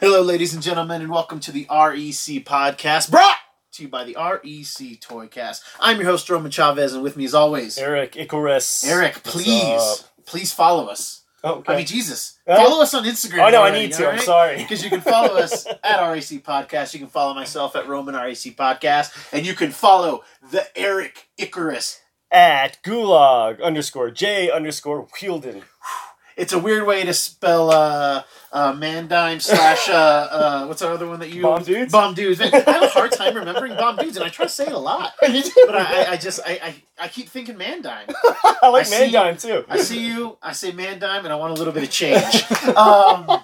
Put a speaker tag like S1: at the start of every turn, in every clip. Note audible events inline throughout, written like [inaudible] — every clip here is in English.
S1: Hello, ladies and gentlemen, and welcome to the REC podcast brought to you by the REC Toycast. I'm your host, Roman Chavez, and with me, as always,
S2: Eric Icarus.
S1: Eric.
S2: What's
S1: Please, please follow us.
S2: up? okay.
S1: I mean, Jesus,
S2: Oh.
S1: follow us on Instagram.
S2: oh no, I need to. I'm sorry.
S1: Because you can follow us at REC Podcast. You can follow myself at Roman REC Podcast, and you can follow the Eric Icarus.
S2: At gulag underscore j underscore Wielden.
S1: It's a weird way to spell uh, uh, Mandime slash uh, uh, what's that other one that you
S2: Bomb dudes?
S1: Bomb dudes. Man, I have a hard time remembering bomb dudes, and I try to say it a lot. But I, I, I just I, I, I keep thinking Mandime.
S2: [laughs] I
S1: I
S2: like
S1: see-
S2: Mandine too.
S1: I see you. I say Mandime, and I want a little bit of change. Um,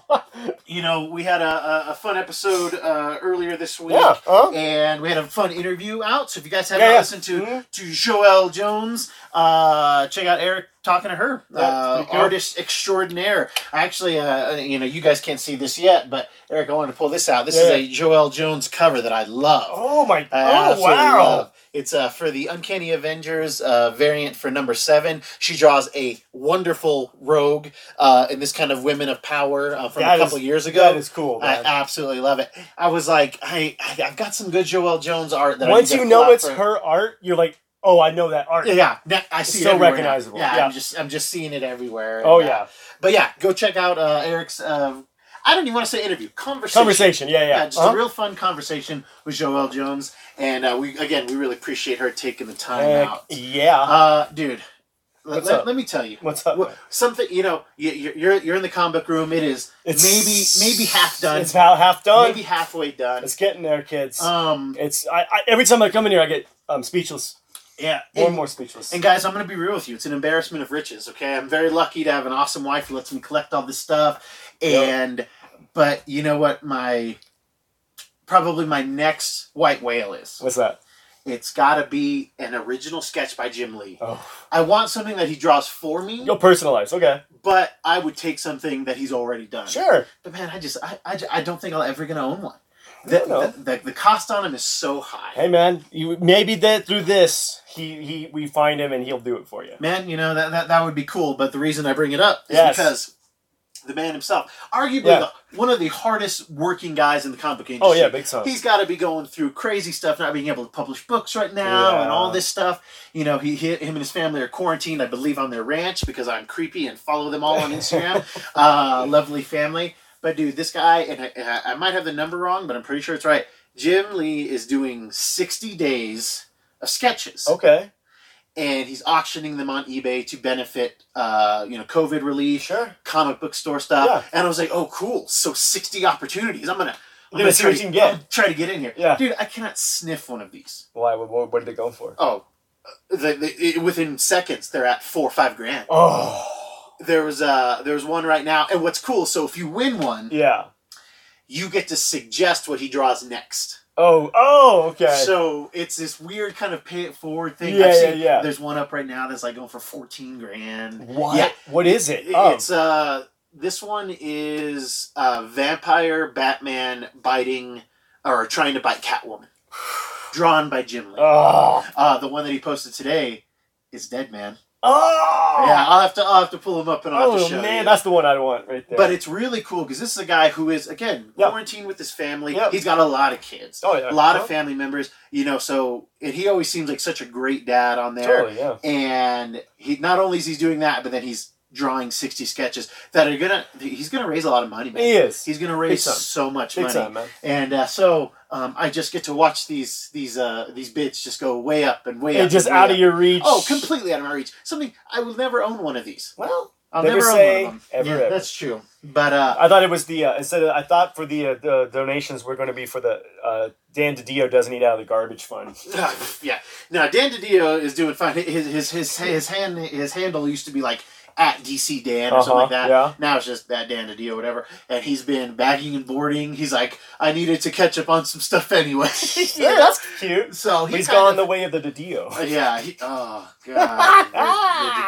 S1: you know, we had a, a, a fun episode uh, earlier this week.
S2: Yeah. Huh?
S1: And we had a fun interview out. So if you guys haven't
S2: Yeah, yeah.
S1: listened to
S2: Mhm.
S1: to Joelle Jones, uh, check out Eric talking to her,
S2: Yeah,
S1: uh,
S2: pretty cool.
S1: artist extraordinaire. Actually, uh, you know, you guys can't see this yet, but Eric, I wanted to pull this out. This
S2: Yeah,
S1: is
S2: yeah.
S1: a Joelle Jones cover that I love. Uh,
S2: Oh my.
S1: I
S2: Oh
S1: absolutely
S2: wow.
S1: love. It's uh, for the Uncanny Avengers uh, variant for number seven. She draws a wonderful rogue uh, in this kind of women of power uh, from
S2: That
S1: a
S2: is-
S1: couple years ago.
S2: That is cool.
S1: I
S2: man.
S1: absolutely love it. I was like, I, I I've got some good Joelle Jones art. That I
S2: Once
S1: need to
S2: you know
S1: pull out
S2: it's
S1: for-
S2: her art, you're like, oh, I know that art.
S1: Yeah, yeah, that- I see
S2: so
S1: it everywhere now.
S2: recognizable.
S1: Yeah,
S2: Yeah.
S1: I'm just I'm just seeing it everywhere.
S2: Oh
S1: And, uh,
S2: yeah.
S1: but yeah, go check out uh, Eric's. Uh, I don't even want to say interview conversation.
S2: Conversation. Yeah, Uh-huh.
S1: Yeah,
S2: yeah.
S1: just
S2: Huh?
S1: a real fun conversation with Joelle Jones, and uh, we again we really appreciate her taking the time
S2: Heck
S1: out.
S2: yeah.
S1: Uh, dude, let,
S2: What's
S1: let,
S2: up?
S1: let me tell you
S2: What's up?
S1: Wh- something. You know, you, you're you're- you're in the comic room. It is maybe maybe half done,
S2: It's about half done.
S1: maybe halfway done.
S2: It's getting there, kids.
S1: Um,
S2: it's I, I every time I come in here, I get um speechless.
S1: yeah,
S2: More and
S1: and-
S2: more speechless.
S1: And guys, I'm going to be real with you. It's an embarrassment of riches. Okay, I'm very lucky to have an awesome wife who lets me collect all this stuff.
S2: Yeah.
S1: And but you know what my probably my next white whale is?
S2: What's that?
S1: It's got to be an original sketch by Jim Lee.
S2: Oh,
S1: I want something that he draws for me,
S2: you'll personalize. Okay.
S1: but I would take something that he's already done.
S2: Sure.
S1: But man, I just I, I, I don't think I'm ever going to own one.
S2: don't
S1: The,
S2: know.
S1: the, the, the cost on him is so high.
S2: Hey man, you maybe that through this he he we find him and he'll do it for you.
S1: man, you know that, that that would be cool. But the reason I bring it up is
S2: Yes.
S1: because the man himself, arguably
S2: Yeah.
S1: the, one of the hardest working guys in the comic industry.
S2: Oh yeah, big time.
S1: He's got to be going through crazy stuff, not being able to publish books right now, and
S2: Yeah.
S1: all this stuff. You know, he, he him and his family are quarantined, I believe, on their ranch because I'm creepy and follow them all on
S2: [laughs]
S1: Instagram. uh, lovely family, but dude, this guy and I, and I, I might have the number wrong, but I'm pretty sure it's right. Jim Lee is doing 60 days of sketches
S2: Okay.
S1: and he's auctioning them on eBay to benefit, uh, you know, COVID relief,
S2: Sure.
S1: comic book store stuff.
S2: Yeah.
S1: And I was like, oh, cool. So sixty opportunities. I'm gonna, I'm
S2: You're
S1: gonna
S2: gonna see what
S1: try-
S2: you can get.
S1: I'll try to get in here.
S2: Yeah.
S1: dude, I cannot sniff one of these.
S2: Why? What, what, what are they going for?
S1: Oh. The, the, it- within seconds, they're at four or five grand.
S2: Oh.
S1: There was uh, there's one right now, and what's cool? So if you win one,
S2: Yeah.
S1: you get to suggest what he draws next.
S2: Oh. Oh. Okay.
S1: So it's this weird kind of pay it forward thing.
S2: Yeah,
S1: I've
S2: yeah,
S1: seen-
S2: yeah.
S1: There's one up right now that's like going for fourteen grand.
S2: what?
S1: yeah.
S2: What is it? Oh.
S1: It's uh this one is uh vampire Batman biting or trying to bite
S2: [sighs]
S1: Catwoman. Drawn by Jim Lee.
S2: Oh.
S1: Uh the one that he posted today is Dead Man.
S2: Oh.
S1: Yeah, I'll have to I'll have to pull him up and I'll have to
S2: Oh
S1: show
S2: man,
S1: you.
S2: that's the one I want right there.
S1: but it's really cool because this is a guy who is again
S2: Yep.
S1: quarantined with his family.
S2: Yep.
S1: He's got a lot of kids,
S2: oh yeah.
S1: a lot of
S2: Huh?
S1: family members, you know. So and he always seems like such a great dad on there
S2: Totally. Yeah.
S1: and he not only is he doing that, but then he's drawing sixty sketches that are gonna he's gonna raise a lot of money. Man.
S2: He is.
S1: He's gonna raise
S2: Big time.
S1: so much
S2: Big
S1: money,
S2: time, man.
S1: and uh, so um, I just get to watch these these uh, these bids just go way up and way
S2: You're
S1: up.
S2: just
S1: and way
S2: out of
S1: up.
S2: your reach.
S1: Oh, completely out of my reach. Something I will never own one of these.
S2: Well,
S1: I'll never,
S2: Never say
S1: own one of them.
S2: ever,
S1: yeah,
S2: ever.
S1: that's true. But uh,
S2: I thought it was the uh, instead. Of, I thought for the uh, the donations were going to be for the uh, Dan DiDio doesn't eat out of the garbage fund.
S1: [laughs] yeah, now Dan DiDio is doing fine. His his his his hand his handle used to be like at DC Dan or something like that.
S2: Uh-huh, Yeah.
S1: Now it's just that Dan DiDio, whatever. And he's been bagging and boarding. He's like, I needed to catch up on some stuff anyway.
S2: [laughs]
S1: [laughs]
S2: yeah, that's cute.
S1: so he
S2: He's
S1: kind
S2: gone
S1: of-
S2: the way of the DiDio.
S1: [laughs] Yeah. He, oh god, the, the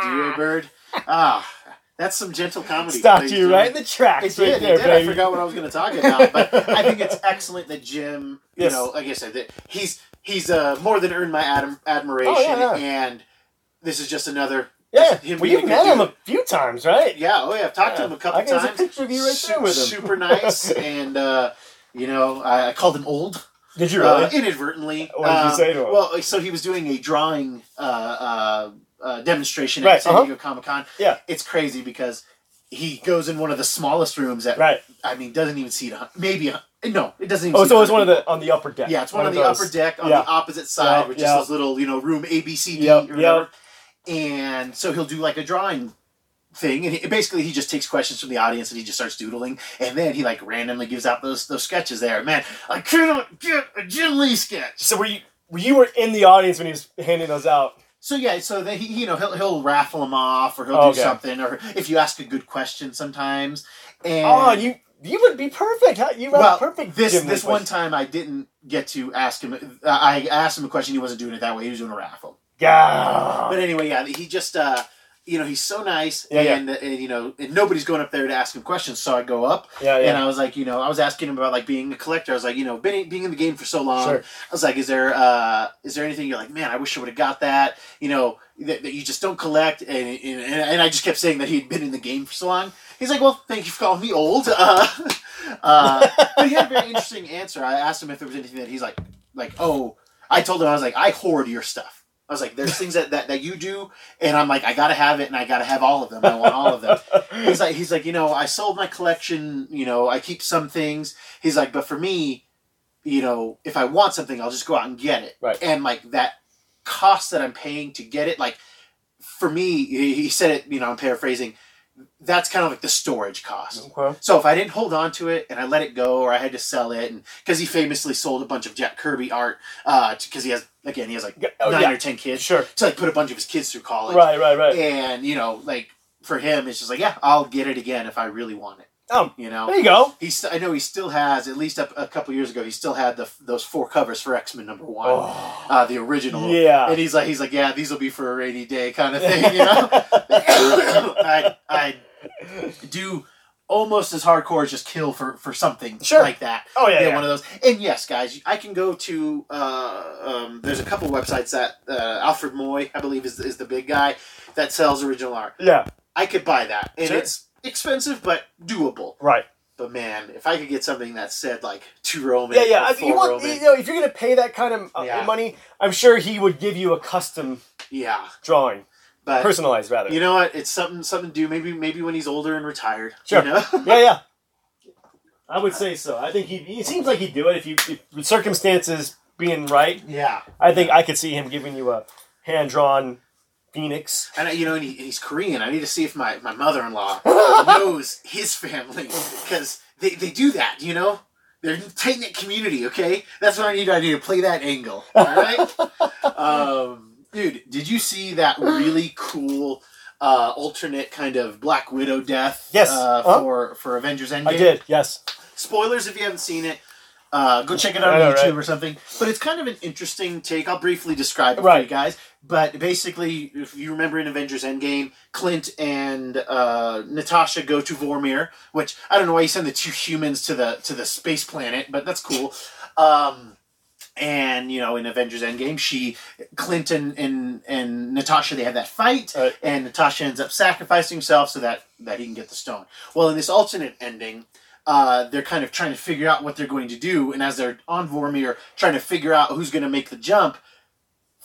S1: DiDio bird. Ah, that's some gentle comedy.
S2: [laughs] Stopped
S1: ladies
S2: you
S1: and
S2: right in
S1: gentlemen.
S2: the tracks,
S1: It did.
S2: right
S1: it
S2: there,
S1: did. I
S2: baby.
S1: forgot what I was going to talk about, but
S2: [laughs]
S1: I think it's excellent that Jim. You
S2: Yes.
S1: know, like I said, that he's he's uh, more than earned my adam- admiration,
S2: Oh, yeah, yeah.
S1: and this is just another
S2: Yeah,
S1: him
S2: well,
S1: being
S2: you've
S1: a good
S2: met him
S1: dude.
S2: a few times, right?
S1: Yeah, oh yeah, I've talked to him a couple
S2: I got
S1: times.
S2: a picture of [laughs] you right
S1: Su-
S2: there with him.
S1: Super
S2: [laughs]
S1: nice, and uh, you know, I, I called him old
S2: Did you really?
S1: uh, inadvertently.
S2: What did you
S1: Um,
S2: say to him?
S1: Well, so he was doing a drawing uh, uh, uh, demonstration
S2: Right,
S1: at San
S2: uh-huh.
S1: Diego Comic Con.
S2: Yeah.
S1: it's crazy because he goes in one of the smallest rooms at.
S2: right.
S1: I mean, doesn't even see it. Maybe a- no, it doesn't. Even
S2: Oh,
S1: seat
S2: so it's one of
S1: 100
S2: the on the upper deck.
S1: yeah, it's one, on the
S2: those.
S1: upper deck on
S2: Yeah.
S1: the opposite side,
S2: Yeah,
S1: which
S2: yeah.
S1: is those little, you know, room A, B, C, D,
S2: Yep,
S1: or whatever. And so he'll do like a drawing thing, and he, basically he just takes questions from the audience and he just starts doodling, and then he like randomly gives out those those sketches there. Man, I cannot get a Jim Lee sketch.
S2: So were you were you were in the audience when he was handing those out?
S1: So yeah, so then he you know he'll he'll raffle them off, or he'll
S2: Okay.
S1: do something, or if you ask a good question sometimes. And
S2: Oh, you you would be perfect. Huh? You were
S1: well,
S2: perfect.
S1: this
S2: Jim Lee
S1: this one
S2: question.
S1: time I didn't get to ask him. uh, I asked him a question. He wasn't doing it that way. He was doing a raffle.
S2: Yeah.
S1: But anyway, yeah, he just uh, you know he's so nice,
S2: Yeah, yeah.
S1: and, and you know and nobody's going up there to ask him questions. So I go up,
S2: yeah,
S1: and
S2: yeah.
S1: I was like, you know, I was asking him about like being a collector. I was like, you know, been being in the game for so long.
S2: Sure.
S1: I was like, is there uh, is there anything you're like, man, I wish I would have got that. You know, that, that you just don't collect, and, and and I just kept saying that he'd been in the game for so long. He's like, well, thank you for calling me old. [laughs] Uh, uh, but he had a very interesting answer. I asked him if there was anything that he's like, like, oh, I told him I was like, I hoard your stuff. I was like, there's things that, that, that you do, and I'm like, I gotta have it, and I gotta have all of them. I want all of them. He's like, he's like, you know, I sold my collection. You know, I keep some things. He's like, but for me, you know, if I want something, I'll just go out and get it.
S2: Right.
S1: And like that cost that I'm paying to get it, like for me, he he said it. You know, I'm paraphrasing. That's kind of like the storage cost.
S2: Okay.
S1: So if I didn't hold on to it and I let it go, or I had to sell it, and because he famously sold a bunch of Jack Kirby art, because he has again he has like
S2: Yeah,
S1: nine
S2: oh, yeah.
S1: or ten kids
S2: Sure.
S1: to like put a bunch of his kids through college,
S2: Right, right, right.
S1: and you know like for him it's just like yeah I'll get it again if I really want it,
S2: Um,
S1: you
S2: there
S1: know.
S2: you go.
S1: He's I know he still has at least up a couple years ago he still had the those four covers for X Men number one,
S2: Oh.
S1: uh, the original.
S2: Yeah.
S1: And he's like, he's like, yeah, these will be for a rainy day kind of thing, you
S2: [laughs]
S1: know. I, I do almost as hardcore as just kill for for something
S2: Sure.
S1: like that.
S2: oh yeah.
S1: Yeah,
S2: yeah.
S1: one of those. And yes, guys, I can go to. Uh, um, there's a couple websites that uh, Alfred Moy, I believe, is is the big guy that sells original art.
S2: yeah.
S1: I could buy that, and
S2: Sure.
S1: it's expensive but doable.
S2: Right.
S1: But man, if I could get something that said like two Roman,
S2: Yeah, yeah.
S1: or
S2: I-
S1: four
S2: You want, uh,
S1: Roman,
S2: you know, if you're gonna pay that kind of uh,
S1: Yeah.
S2: money, I'm sure he would give you a custom
S1: yeah.
S2: drawing,
S1: But
S2: personalized rather.
S1: you know what? It's something something to do. Maybe maybe when he's older and retired.
S2: Sure.
S1: You know? [laughs]
S2: yeah, yeah. I would say so. I think he. It seems like he'd do it if you, if the circumstances being right.
S1: yeah.
S2: I think I could see him giving you a hand drawn phoenix.
S1: And I- you know, and, he, and he's Korean. I need to see if my, my mother in
S2: [laughs]
S1: law knows his family because they, they do that. You know, they're tight knit community. Okay, that's what I need. I need to play that angle. All
S2: [laughs]
S1: right, um, dude. Did you see that really cool uh, alternate kind of Black Widow death?
S2: Yes.
S1: Uh,
S2: Huh?
S1: For for Avengers Endgame.
S2: I did. Yes.
S1: Spoilers if you haven't seen it. Uh, go check it out
S2: I
S1: on
S2: know,
S1: YouTube
S2: right?
S1: or something. But it's kind of an interesting take. I'll briefly describe it for
S2: Right.
S1: you guys. But basically, if you remember in Avengers Endgame, Clint and uh, Natasha go to Vormir, which I don't know why you send the two humans to the to the space planet, but that's cool. Um, and you know, in Avengers Endgame, she, Clint and and, and Natasha, they have that fight,
S2: Right.
S1: and Natasha ends up sacrificing herself so that that he can get the stone. Well, in this alternate ending, uh, they're kind of trying to figure out what they're going to do, and as they're on Vormir trying to figure out who's going to make the jump,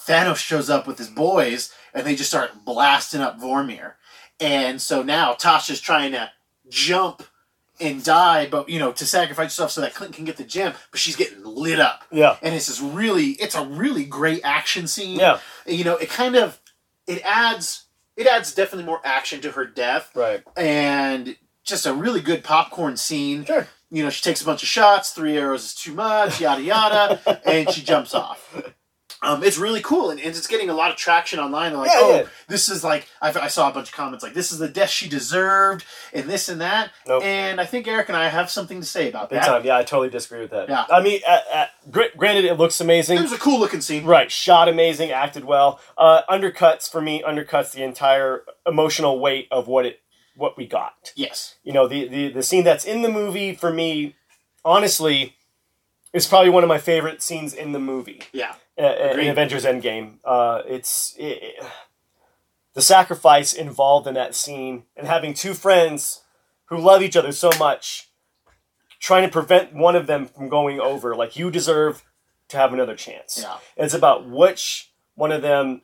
S1: Thanos shows up with his boys, and they just start blasting up Vormir. And so now Tasha's trying to jump and die, but you know, to sacrifice herself so that Clint can get the gem, but she's getting lit up.
S2: Yeah.
S1: And it's this really, it's a really great action scene.
S2: Yeah.
S1: You know, it kind of, it adds, it adds definitely more action to her death,
S2: Right.
S1: and just a really good popcorn scene
S2: Sure.
S1: you know, she takes a bunch of shots, three arrows is too much, yada
S2: [laughs]
S1: yada, and she jumps off. Um, it's really cool, and, and it's getting a lot of traction online. They're like,
S2: Yeah,
S1: oh,
S2: yeah.
S1: this is like, I've, I saw a bunch of comments like, this is the death she deserved, and this and that.
S2: Nope.
S1: And I think Eric and I have something to say about
S2: Big
S1: that.
S2: time. Yeah, I totally disagree with that.
S1: Yeah.
S2: I mean, uh, uh, gr- granted, it looks amazing.
S1: It was a cool looking scene.
S2: Right, shot amazing, acted well. Uh, undercuts for me, undercuts the entire emotional weight of what it what we got.
S1: Yes.
S2: You know, the the, the scene that's in the movie for me, honestly, is probably one of my favorite scenes in the movie
S1: Yeah.
S2: uh, in
S1: Agreed.
S2: Avengers Endgame. Uh, it's it, the sacrifice involved in that scene and having two friends who love each other so much trying to prevent one of them from going over like you deserve to have another chance
S1: Yeah.
S2: it's about which one of them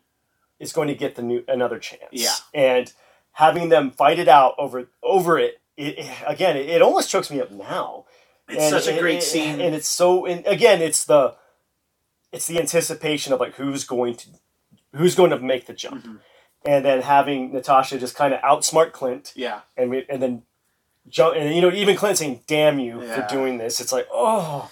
S2: is going to get the new another chance
S1: Yeah.
S2: and having them fight it out over over it, it it- again it, it almost chokes me up now
S1: It's
S2: and-
S1: such a
S2: and-
S1: great
S2: and-
S1: scene.
S2: and it's so. And again, it's the it's the anticipation of like who's going to who's going to make the jump,
S1: Mm-hmm.
S2: and then having Natasha just kind of outsmart Clint,
S1: yeah.
S2: and we, and then jump, and you know even Clint saying "damn you"
S1: Yeah.
S2: for doing this. It's like oh,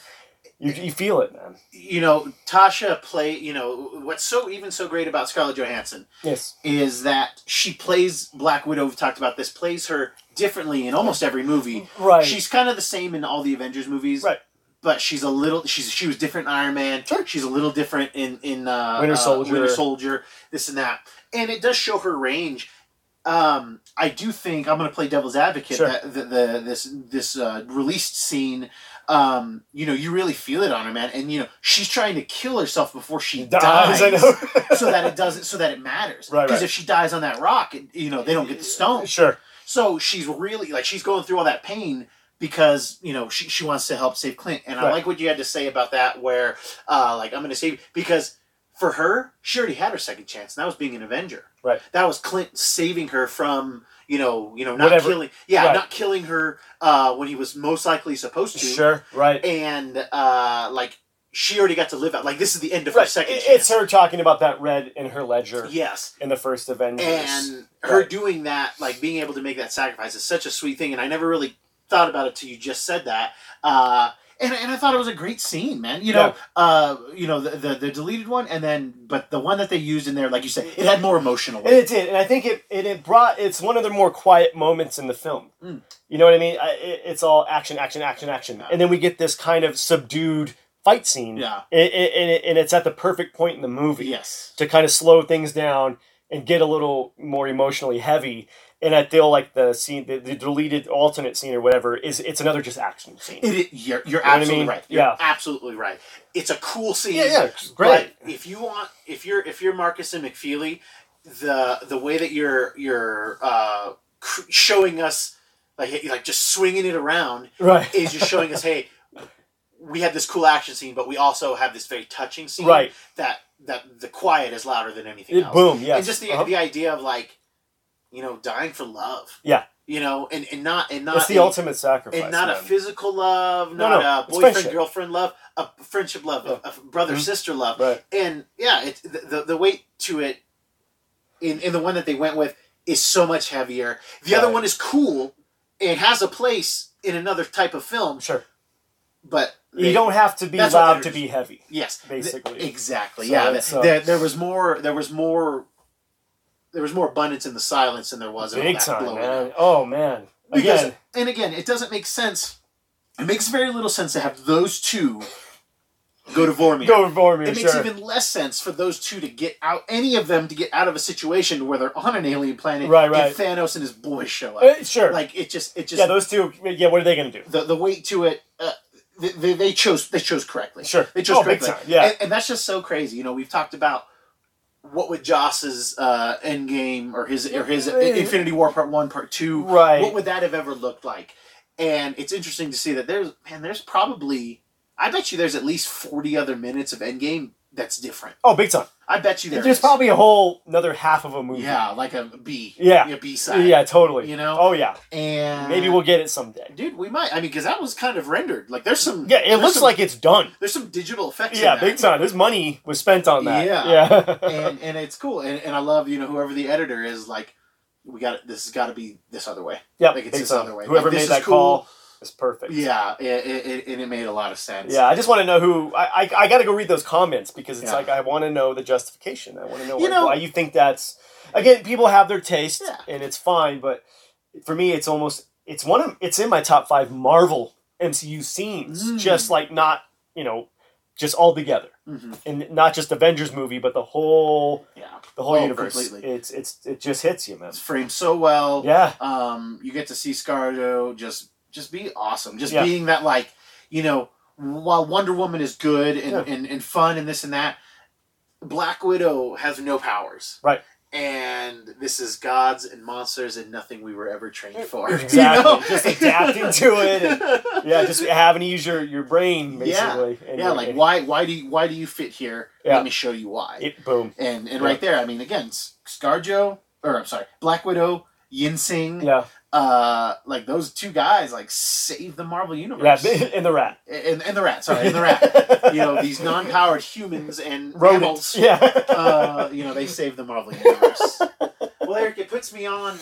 S2: you, you feel it, man.
S1: You know, Tasha play. You know what's so even so great about Scarlett Johansson
S2: Yes,
S1: is that she plays Black Widow. We've talked about this. Plays her differently in almost every movie.
S2: right.
S1: She's kind of the same in all the Avengers movies.
S2: Right.
S1: But she's a little. She's she was different in Iron Man.
S2: Sure.
S1: She's a little different in in uh,
S2: Winter
S1: uh,
S2: Soldier.
S1: Winter Soldier. This and that, and it does show her range. Um, I do think I'm going to play devil's advocate.
S2: Sure.
S1: That the, the this this uh, released scene, um, you know, you really feel it on her, man. And you know, she's trying to kill herself before she dies,
S2: dies. [laughs] I know.
S1: so that it doesn't, so that it matters.
S2: Right,
S1: Because
S2: right.
S1: if she dies on that rock, it, you know, they don't get the stone.
S2: [laughs] sure.
S1: So she's really like she's going through all that pain because you know she, she wants to help save Clint, and I
S2: Right.
S1: like what you had to say about that. Where uh, like I'm going to save because for her she already had her second chance, and that was being an Avenger.
S2: Right.
S1: That was Clint saving her from you know you know not
S2: Whatever.
S1: killing yeah
S2: Right.
S1: not killing her uh, when he was most likely supposed to,
S2: Sure. Right.
S1: and uh, like she already got to live out like this is the end of her
S2: Right.
S1: second
S2: It-
S1: chance.
S2: it's her talking about that red in her ledger
S1: yes,
S2: in the first Avengers.
S1: and her
S2: Right.
S1: doing that like being able to make that sacrifice is such a sweet thing and i never really thought about it till you just said that uh and, and I thought it was a great scene, man. You know, uh, you know the, the the deleted one, and then but the one that they used in there, like you said, it had more emotional.
S2: And
S1: Weight.
S2: it did, and I think it, it it brought. It's one of the more quiet moments in the film.
S1: Mm.
S2: You know what I mean? I, it, it's all action, action, action, action,
S1: Yeah.
S2: and then we get this kind of subdued fight scene.
S1: Yeah.
S2: It- it- and, it, and it's at the perfect point in the movie
S1: Yes,
S2: to kind of slow things down and get a little more emotionally heavy. And I feel like the scene, the, the deleted alternate scene or whatever, is it's another just action scene.
S1: it, it- you're, you're
S2: know what I
S1: absolutely
S2: mean?
S1: right. You're
S2: Yeah.
S1: absolutely right. It's a cool scene.
S2: it's great.
S1: But if you want, if you're if you're Marcus and McFeely, the the way that you're you're uh, cr- showing us like like just swinging it around
S2: Right.
S1: is you're showing
S2: [laughs]
S1: us, hey, we have this cool action scene, but we also have this very touching scene
S2: Right.
S1: that that the quiet is louder than anything
S2: It,
S1: else.
S2: boom. Yes.
S1: And just the
S2: Uh-huh.
S1: the idea of like, you know, dying for love.
S2: Yeah.
S1: You know, and, and not and not
S2: it's the
S1: a-
S2: ultimate sacrifice.
S1: and not a
S2: man.
S1: physical love,
S2: No,
S1: not
S2: no,
S1: a
S2: it's
S1: boyfriend
S2: friendship. Mm-hmm.
S1: girlfriend love, a friendship love, a, a brother sister love,
S2: Right.
S1: and yeah, it's the, the the weight to it, in in the one that they went with is so much heavier. The other
S2: Right.
S1: one is cool and has a place in another type of film,
S2: Sure.
S1: but
S2: you
S1: they-
S2: don't have to be
S1: that's what
S2: loud to
S1: matters.
S2: be heavy.
S1: Yes, th-
S2: basically.
S1: exactly.
S2: So
S1: yeah,
S2: it's,
S1: th-
S2: uh,
S1: there, there was more. There was more. There was more abundance in the silence than there was in all
S2: Big
S1: that
S2: time,
S1: blowing up.
S2: man. Oh man.
S1: Because,
S2: Again,
S1: and again, it doesn't make sense. It makes very little sense to have those two go to Vormir.
S2: go for me,
S1: it
S2: sure.
S1: makes even less sense for those two to get out, any of them to get out of a situation where they're on an alien planet
S2: Right, right.
S1: and Thanos and his boys show up.
S2: Uh, sure.
S1: Like, it just, it just,
S2: yeah, those two. Yeah, what are they gonna do?
S1: the, the weight to it, uh, they, they, they chose, they chose correctly.
S2: Sure.
S1: They chose
S2: oh, big
S1: correctly.
S2: time. Yeah.
S1: And, and that's just so crazy. You know, we've talked about what would Joss's uh, Endgame or his or his Infinity War Part One, Part Two,
S2: Right.
S1: What would that have ever looked like? And it's interesting to see that there's man, there's probably I bet you there's at least forty other minutes of Endgame that's different.
S2: oh, big time.
S1: I bet you there
S2: There's
S1: is.
S2: probably a whole another half of a movie.
S1: yeah, like a B,
S2: Yeah.
S1: a B side,
S2: Yeah, totally.
S1: You know?
S2: Oh yeah.
S1: and
S2: Maybe we'll get it someday.
S1: dude, we might. I mean, because that was kind of rendered. Like there's some
S2: Yeah, it
S1: there's
S2: looks
S1: some-
S2: like it's done.
S1: there's some digital effects. in
S2: Yeah,
S1: that.
S2: big time. This money was spent on that.
S1: Yeah.
S2: Yeah.
S1: [laughs]
S2: [laughs]
S1: and and it's cool and, and i love you know whoever the editor is like we got this has got to be this other way
S2: yeah.
S1: like, it's
S2: big
S1: this
S2: time.
S1: other way.
S2: Whoever
S1: Like, this
S2: made
S1: is
S2: that
S1: cool.
S2: call is perfect.
S1: yeah it, it, it- and it made a lot of sense
S2: Yeah, I just want to know who I, I, I got to go read those comments because it's
S1: Yeah.
S2: like I want to know the justification. I want to know,
S1: You
S2: like,
S1: know-
S2: why you think that's again. People have their taste,
S1: Yeah.
S2: and it's fine. But for me, it's almost it's one of it's in my top five Marvel MCU scenes.
S1: Mm.
S2: Just like not you know just all together,
S1: hmm
S2: and not just Avengers movie, but the whole
S1: yeah
S2: the whole
S1: Oh,
S2: universe.
S1: completely.
S2: It's it's it just hits you, man.
S1: it's framed so well
S2: Yeah,
S1: um you get to see scarjo just just be awesome just
S2: Yeah.
S1: being that like you know while wonder woman is good and,
S2: Yeah.
S1: and, and fun and this and that black widow has no powers
S2: Right.
S1: and this is gods and monsters and nothing we were ever trained for. [laughs] you
S2: Exactly.
S1: know?
S2: Just adapting to
S1: [laughs]
S2: it and- Yeah, just having to use your, your brain
S1: Yeah.
S2: basically. and
S1: yeah,
S2: your-
S1: like why why do you, why do you fit here?
S2: Yeah.
S1: Let me show you why.
S2: It, boom.
S1: and and
S2: Yeah.
S1: right there, I mean, again, S- Scarjo or I'm sorry, Black Widow, Yinsing,
S2: Yeah,
S1: uh, like those two guys, like save the Marvel universe.
S2: yeah, [laughs] in the rat.
S1: and, and the rat, sorry, and the
S2: [laughs]
S1: rat. you know, these non-powered humans and rodents.
S2: rodents. Yeah,
S1: Uh, you know, they save the Marvel universe. well, Eric, it puts me on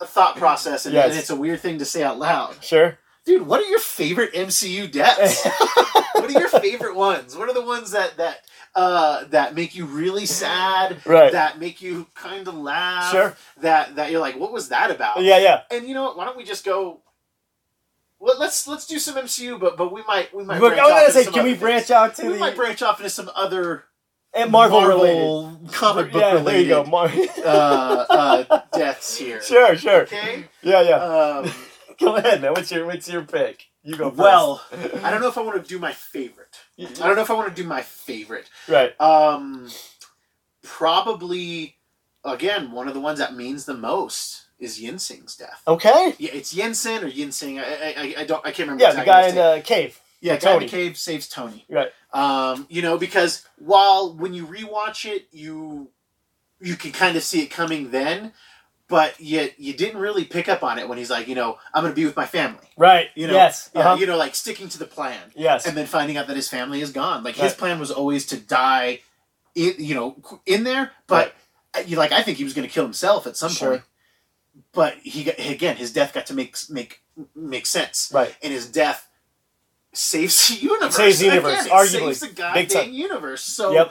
S1: a thought process, and,
S2: Yes.
S1: and it's a weird thing to say out loud.
S2: [laughs]
S1: [laughs]
S2: sure.
S1: Dude, what are your favorite MCU
S2: [laughs]
S1: deaths? what are your favorite ones? What are the ones that that uh, that make you really sad?
S2: Right.
S1: That make you kind of laugh?
S2: Sure.
S1: That that you're like, what was that about?
S2: Yeah, yeah.
S1: And you know what? Why don't we just go? Let, let's let's do some MCU, but but we might we might.
S2: Look,
S1: branch
S2: I was
S1: off
S2: gonna
S1: into
S2: say,
S1: some
S2: can
S1: other
S2: we
S1: things.
S2: branch out to
S1: we
S2: the
S1: might branch off into some other
S2: and Marvel, related?
S1: comic book
S2: yeah,
S1: related
S2: there you go. Mar- [laughs]
S1: uh, uh, deaths here.
S2: sure, sure.
S1: Okay.
S2: Yeah, yeah.
S1: Um,
S2: go ahead, man. What's your What's your pick? You go first. [laughs]
S1: well, I don't know if I want to do my favorite. I don't know if I want to do my favorite.
S2: right.
S1: Um, probably again one of the ones that means the most is Yinsing's death.
S2: Okay.
S1: Yeah, it's Yinsen or Yinsing. I, I, I don't I can't remember.
S2: Yeah, the
S1: exactly
S2: guy
S1: his
S2: in
S1: name.
S2: the cave.
S1: yeah,
S2: the
S1: guy in the
S2: Tony.
S1: cave saves Tony.
S2: Right.
S1: Um, you know, because while when you rewatch it, you you can kind of see it coming then, but yet you didn't really pick up on it when he's like, you know, I'm gonna be with my family.
S2: Right.
S1: You know,
S2: yes.
S1: Yeah,
S2: uh-huh.
S1: you know, like sticking to the plan,
S2: yes.
S1: and then finding out that his family is gone. Like his
S2: Right.
S1: plan was always to die, in, you know, qu- in there. But uh, you like, I think he was gonna kill himself at some
S2: Sure.
S1: point. But he got, again, his death got to make make make sense
S2: right.
S1: and his death saves the [laughs] universe.
S2: Saves the universe,
S1: Again, it
S2: arguably.
S1: saves the
S2: Big time.
S1: goddamn universe. So
S2: Yep.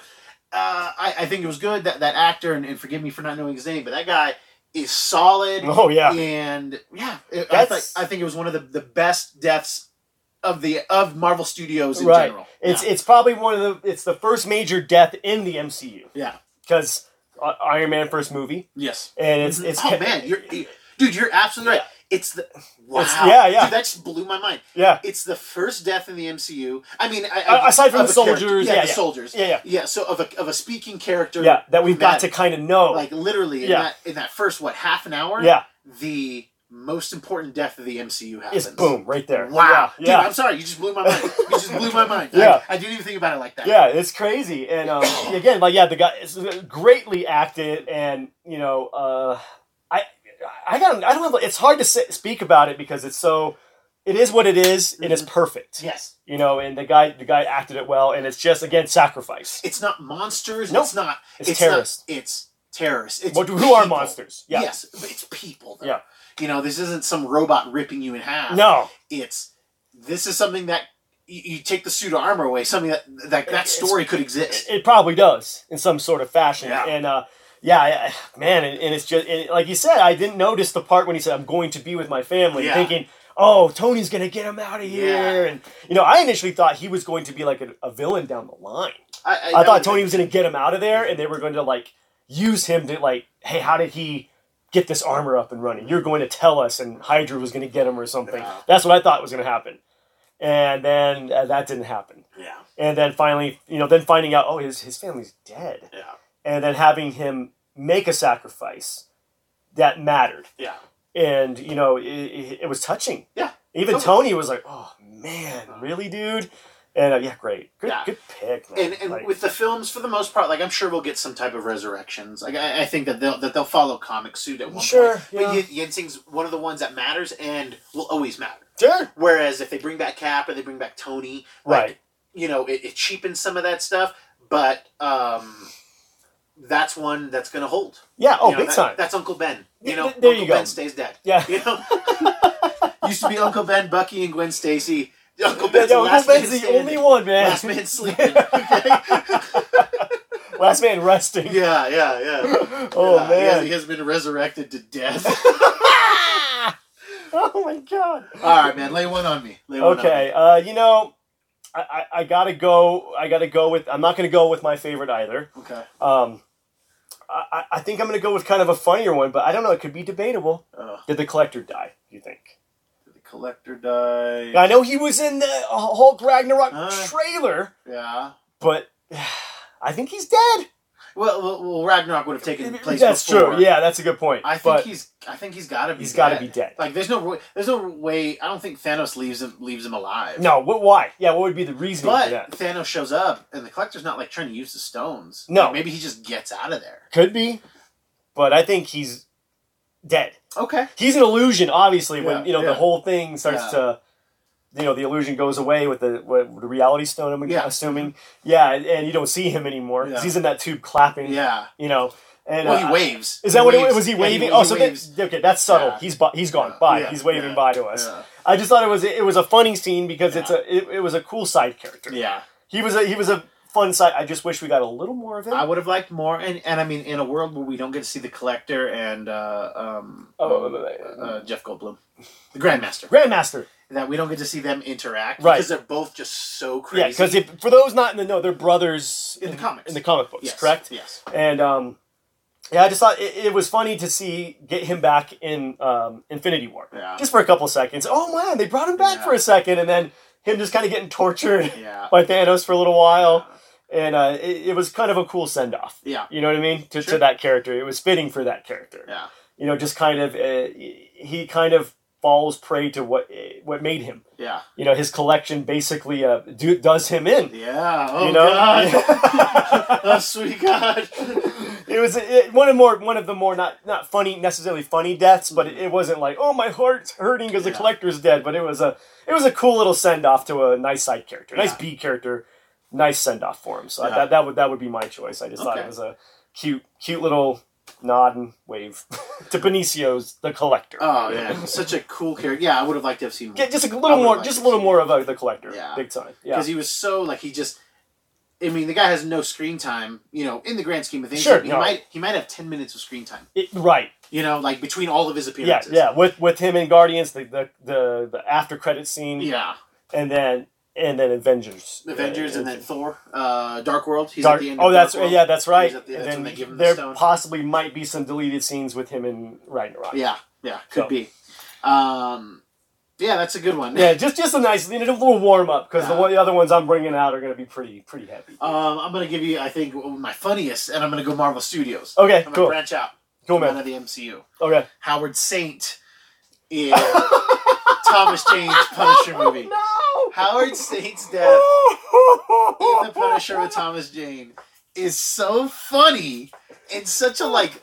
S1: uh, I, I think it was good that that actor, and, and forgive me for not knowing his name, but that guy is solid.
S2: Oh yeah.
S1: And yeah, it, I,
S2: That's-
S1: thi- I think it was one of the, the best deaths of the of Marvel Studios in
S2: Right.
S1: general.
S2: It's
S1: yeah.
S2: It's probably one of the It's the first major death in the MCU
S1: yeah.
S2: because uh, Iron Man first movie
S1: Yes.
S2: and it's it's
S1: oh man,
S2: [laughs]
S1: you're dude, you're absolutely right. It's the wow.
S2: yeah, yeah.
S1: Dude, that just blew my mind.
S2: yeah.
S1: It's the first death in the MCU. I mean, I,
S2: Uh,
S1: I,
S2: aside from
S1: of
S2: the
S1: a character-
S2: soldiers,
S1: yeah,
S2: yeah,
S1: the
S2: yeah.
S1: soldiers,
S2: Yeah, yeah.
S1: yeah so of a, of a speaking character
S2: Yeah, that we've got
S1: that-
S2: to kind of know.
S1: like literally in
S2: Yeah.
S1: that in that first what half an hour
S2: yeah,
S1: the most important death of the mcu happens
S2: it's boom right there.
S1: wow
S2: Yeah,
S1: dude
S2: yeah.
S1: i'm sorry you just blew my mind you just blew
S2: [laughs]
S1: my mind I-
S2: Yeah.
S1: I, didn't even think about it like that
S2: Yeah, it's crazy.
S1: [coughs]
S2: And um, again, like yeah, the guy is greatly acted, and you know, uh, I I got I don't know. It's hard to s- speak about it because it's so. It is what it is, and it's
S1: Mm-hmm.
S2: perfect.
S1: yes
S2: You know, and the guy the guy acted it well, and it's just again sacrifice.
S1: it's not monsters
S2: Nope.
S1: it's not
S2: It's
S1: not-
S2: terrorists.
S1: it's terrorists it's
S2: What, who are
S1: people.
S2: monsters? Yeah.
S1: yes but it's people though.
S2: Yeah.
S1: you know this isn't some robot ripping you in half
S2: No.
S1: it's this is something that you, you take the suit of armor away something that that, that
S2: It's-
S1: story could exist
S2: It probably does in some sort of fashion.
S1: Yeah.
S2: And uh, yeah, I- I- man, and, and it's just and like you said, I didn't notice the part when he said, "I'm going to be with my family,"
S1: Yeah.
S2: thinking, "Oh, Tony's gonna get him out of here."
S1: Yeah.
S2: And you know, I initially thought he was going to be like a, a villain down the line.
S1: I,
S2: I, thought
S1: would've
S2: Tony was gonna get him out of there, and they were going to like use him to like, "Hey, how did he?" Get this armor up and running. You're going to tell us, and Hydra was going to get him or something.
S1: Yeah.
S2: That's what I thought was going to happen, and then uh, that didn't happen
S1: been- Yeah,
S2: and then finally, you know, then finding out, oh, his his family's dead,
S1: yeah,
S2: and then having him make a sacrifice that mattered,
S1: yeah.
S2: and you know, it, it, it was touching.
S1: Yeah.
S2: even
S1: Totally. Uh-huh.
S2: Tony was like, oh man, really, dude, and uh, yeah, great, good,
S1: Yeah.
S2: good pick, man.
S1: And and
S2: Like,
S1: with the films, for the most part, like I'm sure we'll get some type of resurrections. Like I, I think that they'll that they'll follow comic suit at one
S2: Sure,
S1: point. But
S2: yeah.
S1: Yen- Yensing's one of the ones that matters and will always matter.
S2: sure,
S1: Whereas if they bring back Cap or they bring back Tony, like,
S2: right,
S1: You know, it, it cheapens some of that stuff, but um, that's one that's gonna hold.
S2: yeah, oh,
S1: You know,
S2: big
S1: that-
S2: time,
S1: That's Uncle Ben. You
S2: Yeah,
S1: know,
S2: th- there you
S1: Uncle
S2: go.
S1: Ben stays dead.
S2: yeah.
S1: [laughs]
S2: [laughs]
S1: You know, used to be Uncle Ben, Bucky, and Gwen Stacy. Uncle Ben's
S2: Yo,
S1: the last
S2: Uncle Ben's
S1: man
S2: the
S1: standing.
S2: only one, man.
S1: Last
S2: [laughs]
S1: man sleeping. [laughs] okay?
S2: Last man resting.
S1: Yeah, yeah, yeah.
S2: Oh,
S1: Yeah, He
S2: man.
S1: has, he has been resurrected to death.
S2: [laughs] oh my god.
S1: [laughs] All right, man. Lay one on me. Lay one on me.
S2: Okay, uh, you know, I, I, I gotta go. I gotta go with. I'm not gonna go with my favorite either.
S1: Okay.
S2: Um, I, I- I think I'm gonna go with kind of a funnier one, but I don't know. It could be debatable.
S1: Oh,
S2: Did the collector die? You think?
S1: the collector died.
S2: I know he was in the Hulk Ragnarok
S1: Uh.
S2: trailer, [sighs]
S1: Yeah.
S2: but I think he's dead.
S1: Well, well, well Ragnarok would have taken place.
S2: that's
S1: before.
S2: true. Yeah, that's a good point.
S1: I think
S2: but
S1: he's. I think he's got to be.
S2: he's got to be dead.
S1: Like there's no wa- there's no way. I don't think Thanos leaves him leaves him alive.
S2: No, what? Why? Yeah, what would be the reason for
S1: But
S2: that?
S1: Thanos shows up, and the Collector's not like trying to use the stones.
S2: No.
S1: Like, maybe he just gets out of there.
S2: Could be, but I think he's dead.
S1: Okay.
S2: He's an illusion, obviously.
S1: Yeah,
S2: when you know
S1: yeah.
S2: the whole thing starts
S1: Yeah.
S2: to, you know, the illusion goes away with the with the reality stone. I'm
S1: Yeah.
S2: assuming. Yeah, and, and you don't see him anymore. 'cause
S1: Yeah.
S2: He's in that tube clapping.
S1: Yeah.
S2: You know, and
S1: Well,
S2: uh,
S1: he waves.
S2: Is that what it
S1: waves.
S2: was? He
S1: Yeah,
S2: waving?
S1: wa-
S2: oh, so that-
S1: waves.
S2: okay, that's subtle.
S1: Yeah.
S2: He's bu- he's gone.
S1: Yeah.
S2: Bye.
S1: Yeah.
S2: he's waving
S1: Yeah.
S2: bye to us.
S1: Yeah.
S2: I just thought it was it was a funny scene because it's a it, it was a cool side character.
S1: yeah.
S2: He was a he was a fun side. I just wish we got a little more of him.
S1: I would have liked more, and and I mean, in a world where we don't get to see the Collector and uh, um,
S2: Oh,
S1: um,
S2: uh,
S1: uh, Jeff Goldblum, the Grandmaster,
S2: Grandmaster.
S1: that we don't get to see them interact
S2: Right.
S1: because they're both just so
S2: Yeah,
S1: crazy.
S2: because for those not in the know, they're brothers
S1: In the comics.
S2: in the comic books,
S1: yes.
S2: correct?
S1: Yes.
S2: And um, yeah, I just thought it, it was funny to see get him back in um, Infinity War,
S1: Yeah.
S2: just for a couple seconds. Oh man, they brought him back
S1: Yeah.
S2: for a second, and then him just kind of getting tortured
S1: [laughs] Yeah.
S2: by Thanos for a little while. and uh, it, it was kind of a cool send off.
S1: Yeah.
S2: You know what I mean? To, to
S1: Sure.
S2: that character. It was fitting for that character.
S1: Yeah.
S2: You know, just kind of, uh, he kind of falls prey to what what made him.
S1: Yeah.
S2: You know, his collection basically uh, do, does him in.
S1: Yeah. Oh
S2: you know? [laughs]
S1: God. [laughs] oh sweet God.
S2: It was it, one of more one of the more not not funny necessarily funny deaths, but it, it wasn't like oh my heart's hurting because the
S1: Mm. Yeah.
S2: collector's dead. But it was a it was a cool little send off to a nice side character, nice
S1: Yeah.
S2: B character, nice send off for him. So I-
S1: Yeah.
S2: that that would that would be my choice. I just thought it
S1: Okay.
S2: was a cute cute little nod and wave [laughs] to Benicio's the collector.
S1: Oh yeah, such a cool character. Yeah, I would have liked to have seen more.
S2: Get just a
S1: I
S2: little
S1: would
S2: more,
S1: like
S2: just a
S1: to
S2: little
S1: see
S2: more of a, the collector,
S1: Yeah.
S2: big time. Yeah,
S1: because he was so like he just. I mean, the guy has no screen time. You know, in the grand scheme of things,
S2: Sure,
S1: he
S2: no.
S1: might he might have ten minutes of screen time.
S2: It- right.
S1: You know, like between all of his
S2: Yeah,
S1: appearances.
S2: yeah. With with him in Guardians, the the the, the after credit scene.
S1: yeah.
S2: and then and then Avengers.
S1: Avengers
S2: Yeah,
S1: and then Thor, uh, Dark World. He's
S2: Dark-
S1: at the end.
S2: oh,
S1: of
S2: that's
S1: Dark World.
S2: yeah, that's right.
S1: He's at the-
S2: and
S1: that's
S2: then
S1: when they give him the
S2: there
S1: stone.
S2: possibly might be some deleted scenes with him in Ragnarok.
S1: Yeah, yeah, could
S2: So.
S1: be. Um, yeah, that's a good one.
S2: Yeah, just just a nice, you know, a little warm up because the
S1: Yeah.
S2: one the other ones I'm bringing out are going to be pretty pretty heavy.
S1: Um, I'm gonna give you, I think, my funniest, and I'm gonna go Marvel Studios.
S2: Okay,
S1: I'm gonna
S2: cool,
S1: branch out.
S2: cool
S1: Out
S2: man.
S1: of the MCU.
S2: Okay.
S1: Howard Saint in [laughs] Thomas
S2: [laughs]
S1: Jane's Punisher movie.
S2: Oh, No.
S1: Howard
S2: [laughs]
S1: Saint's death in
S2: in
S1: The Punisher with Thomas Jane is so funny and such a like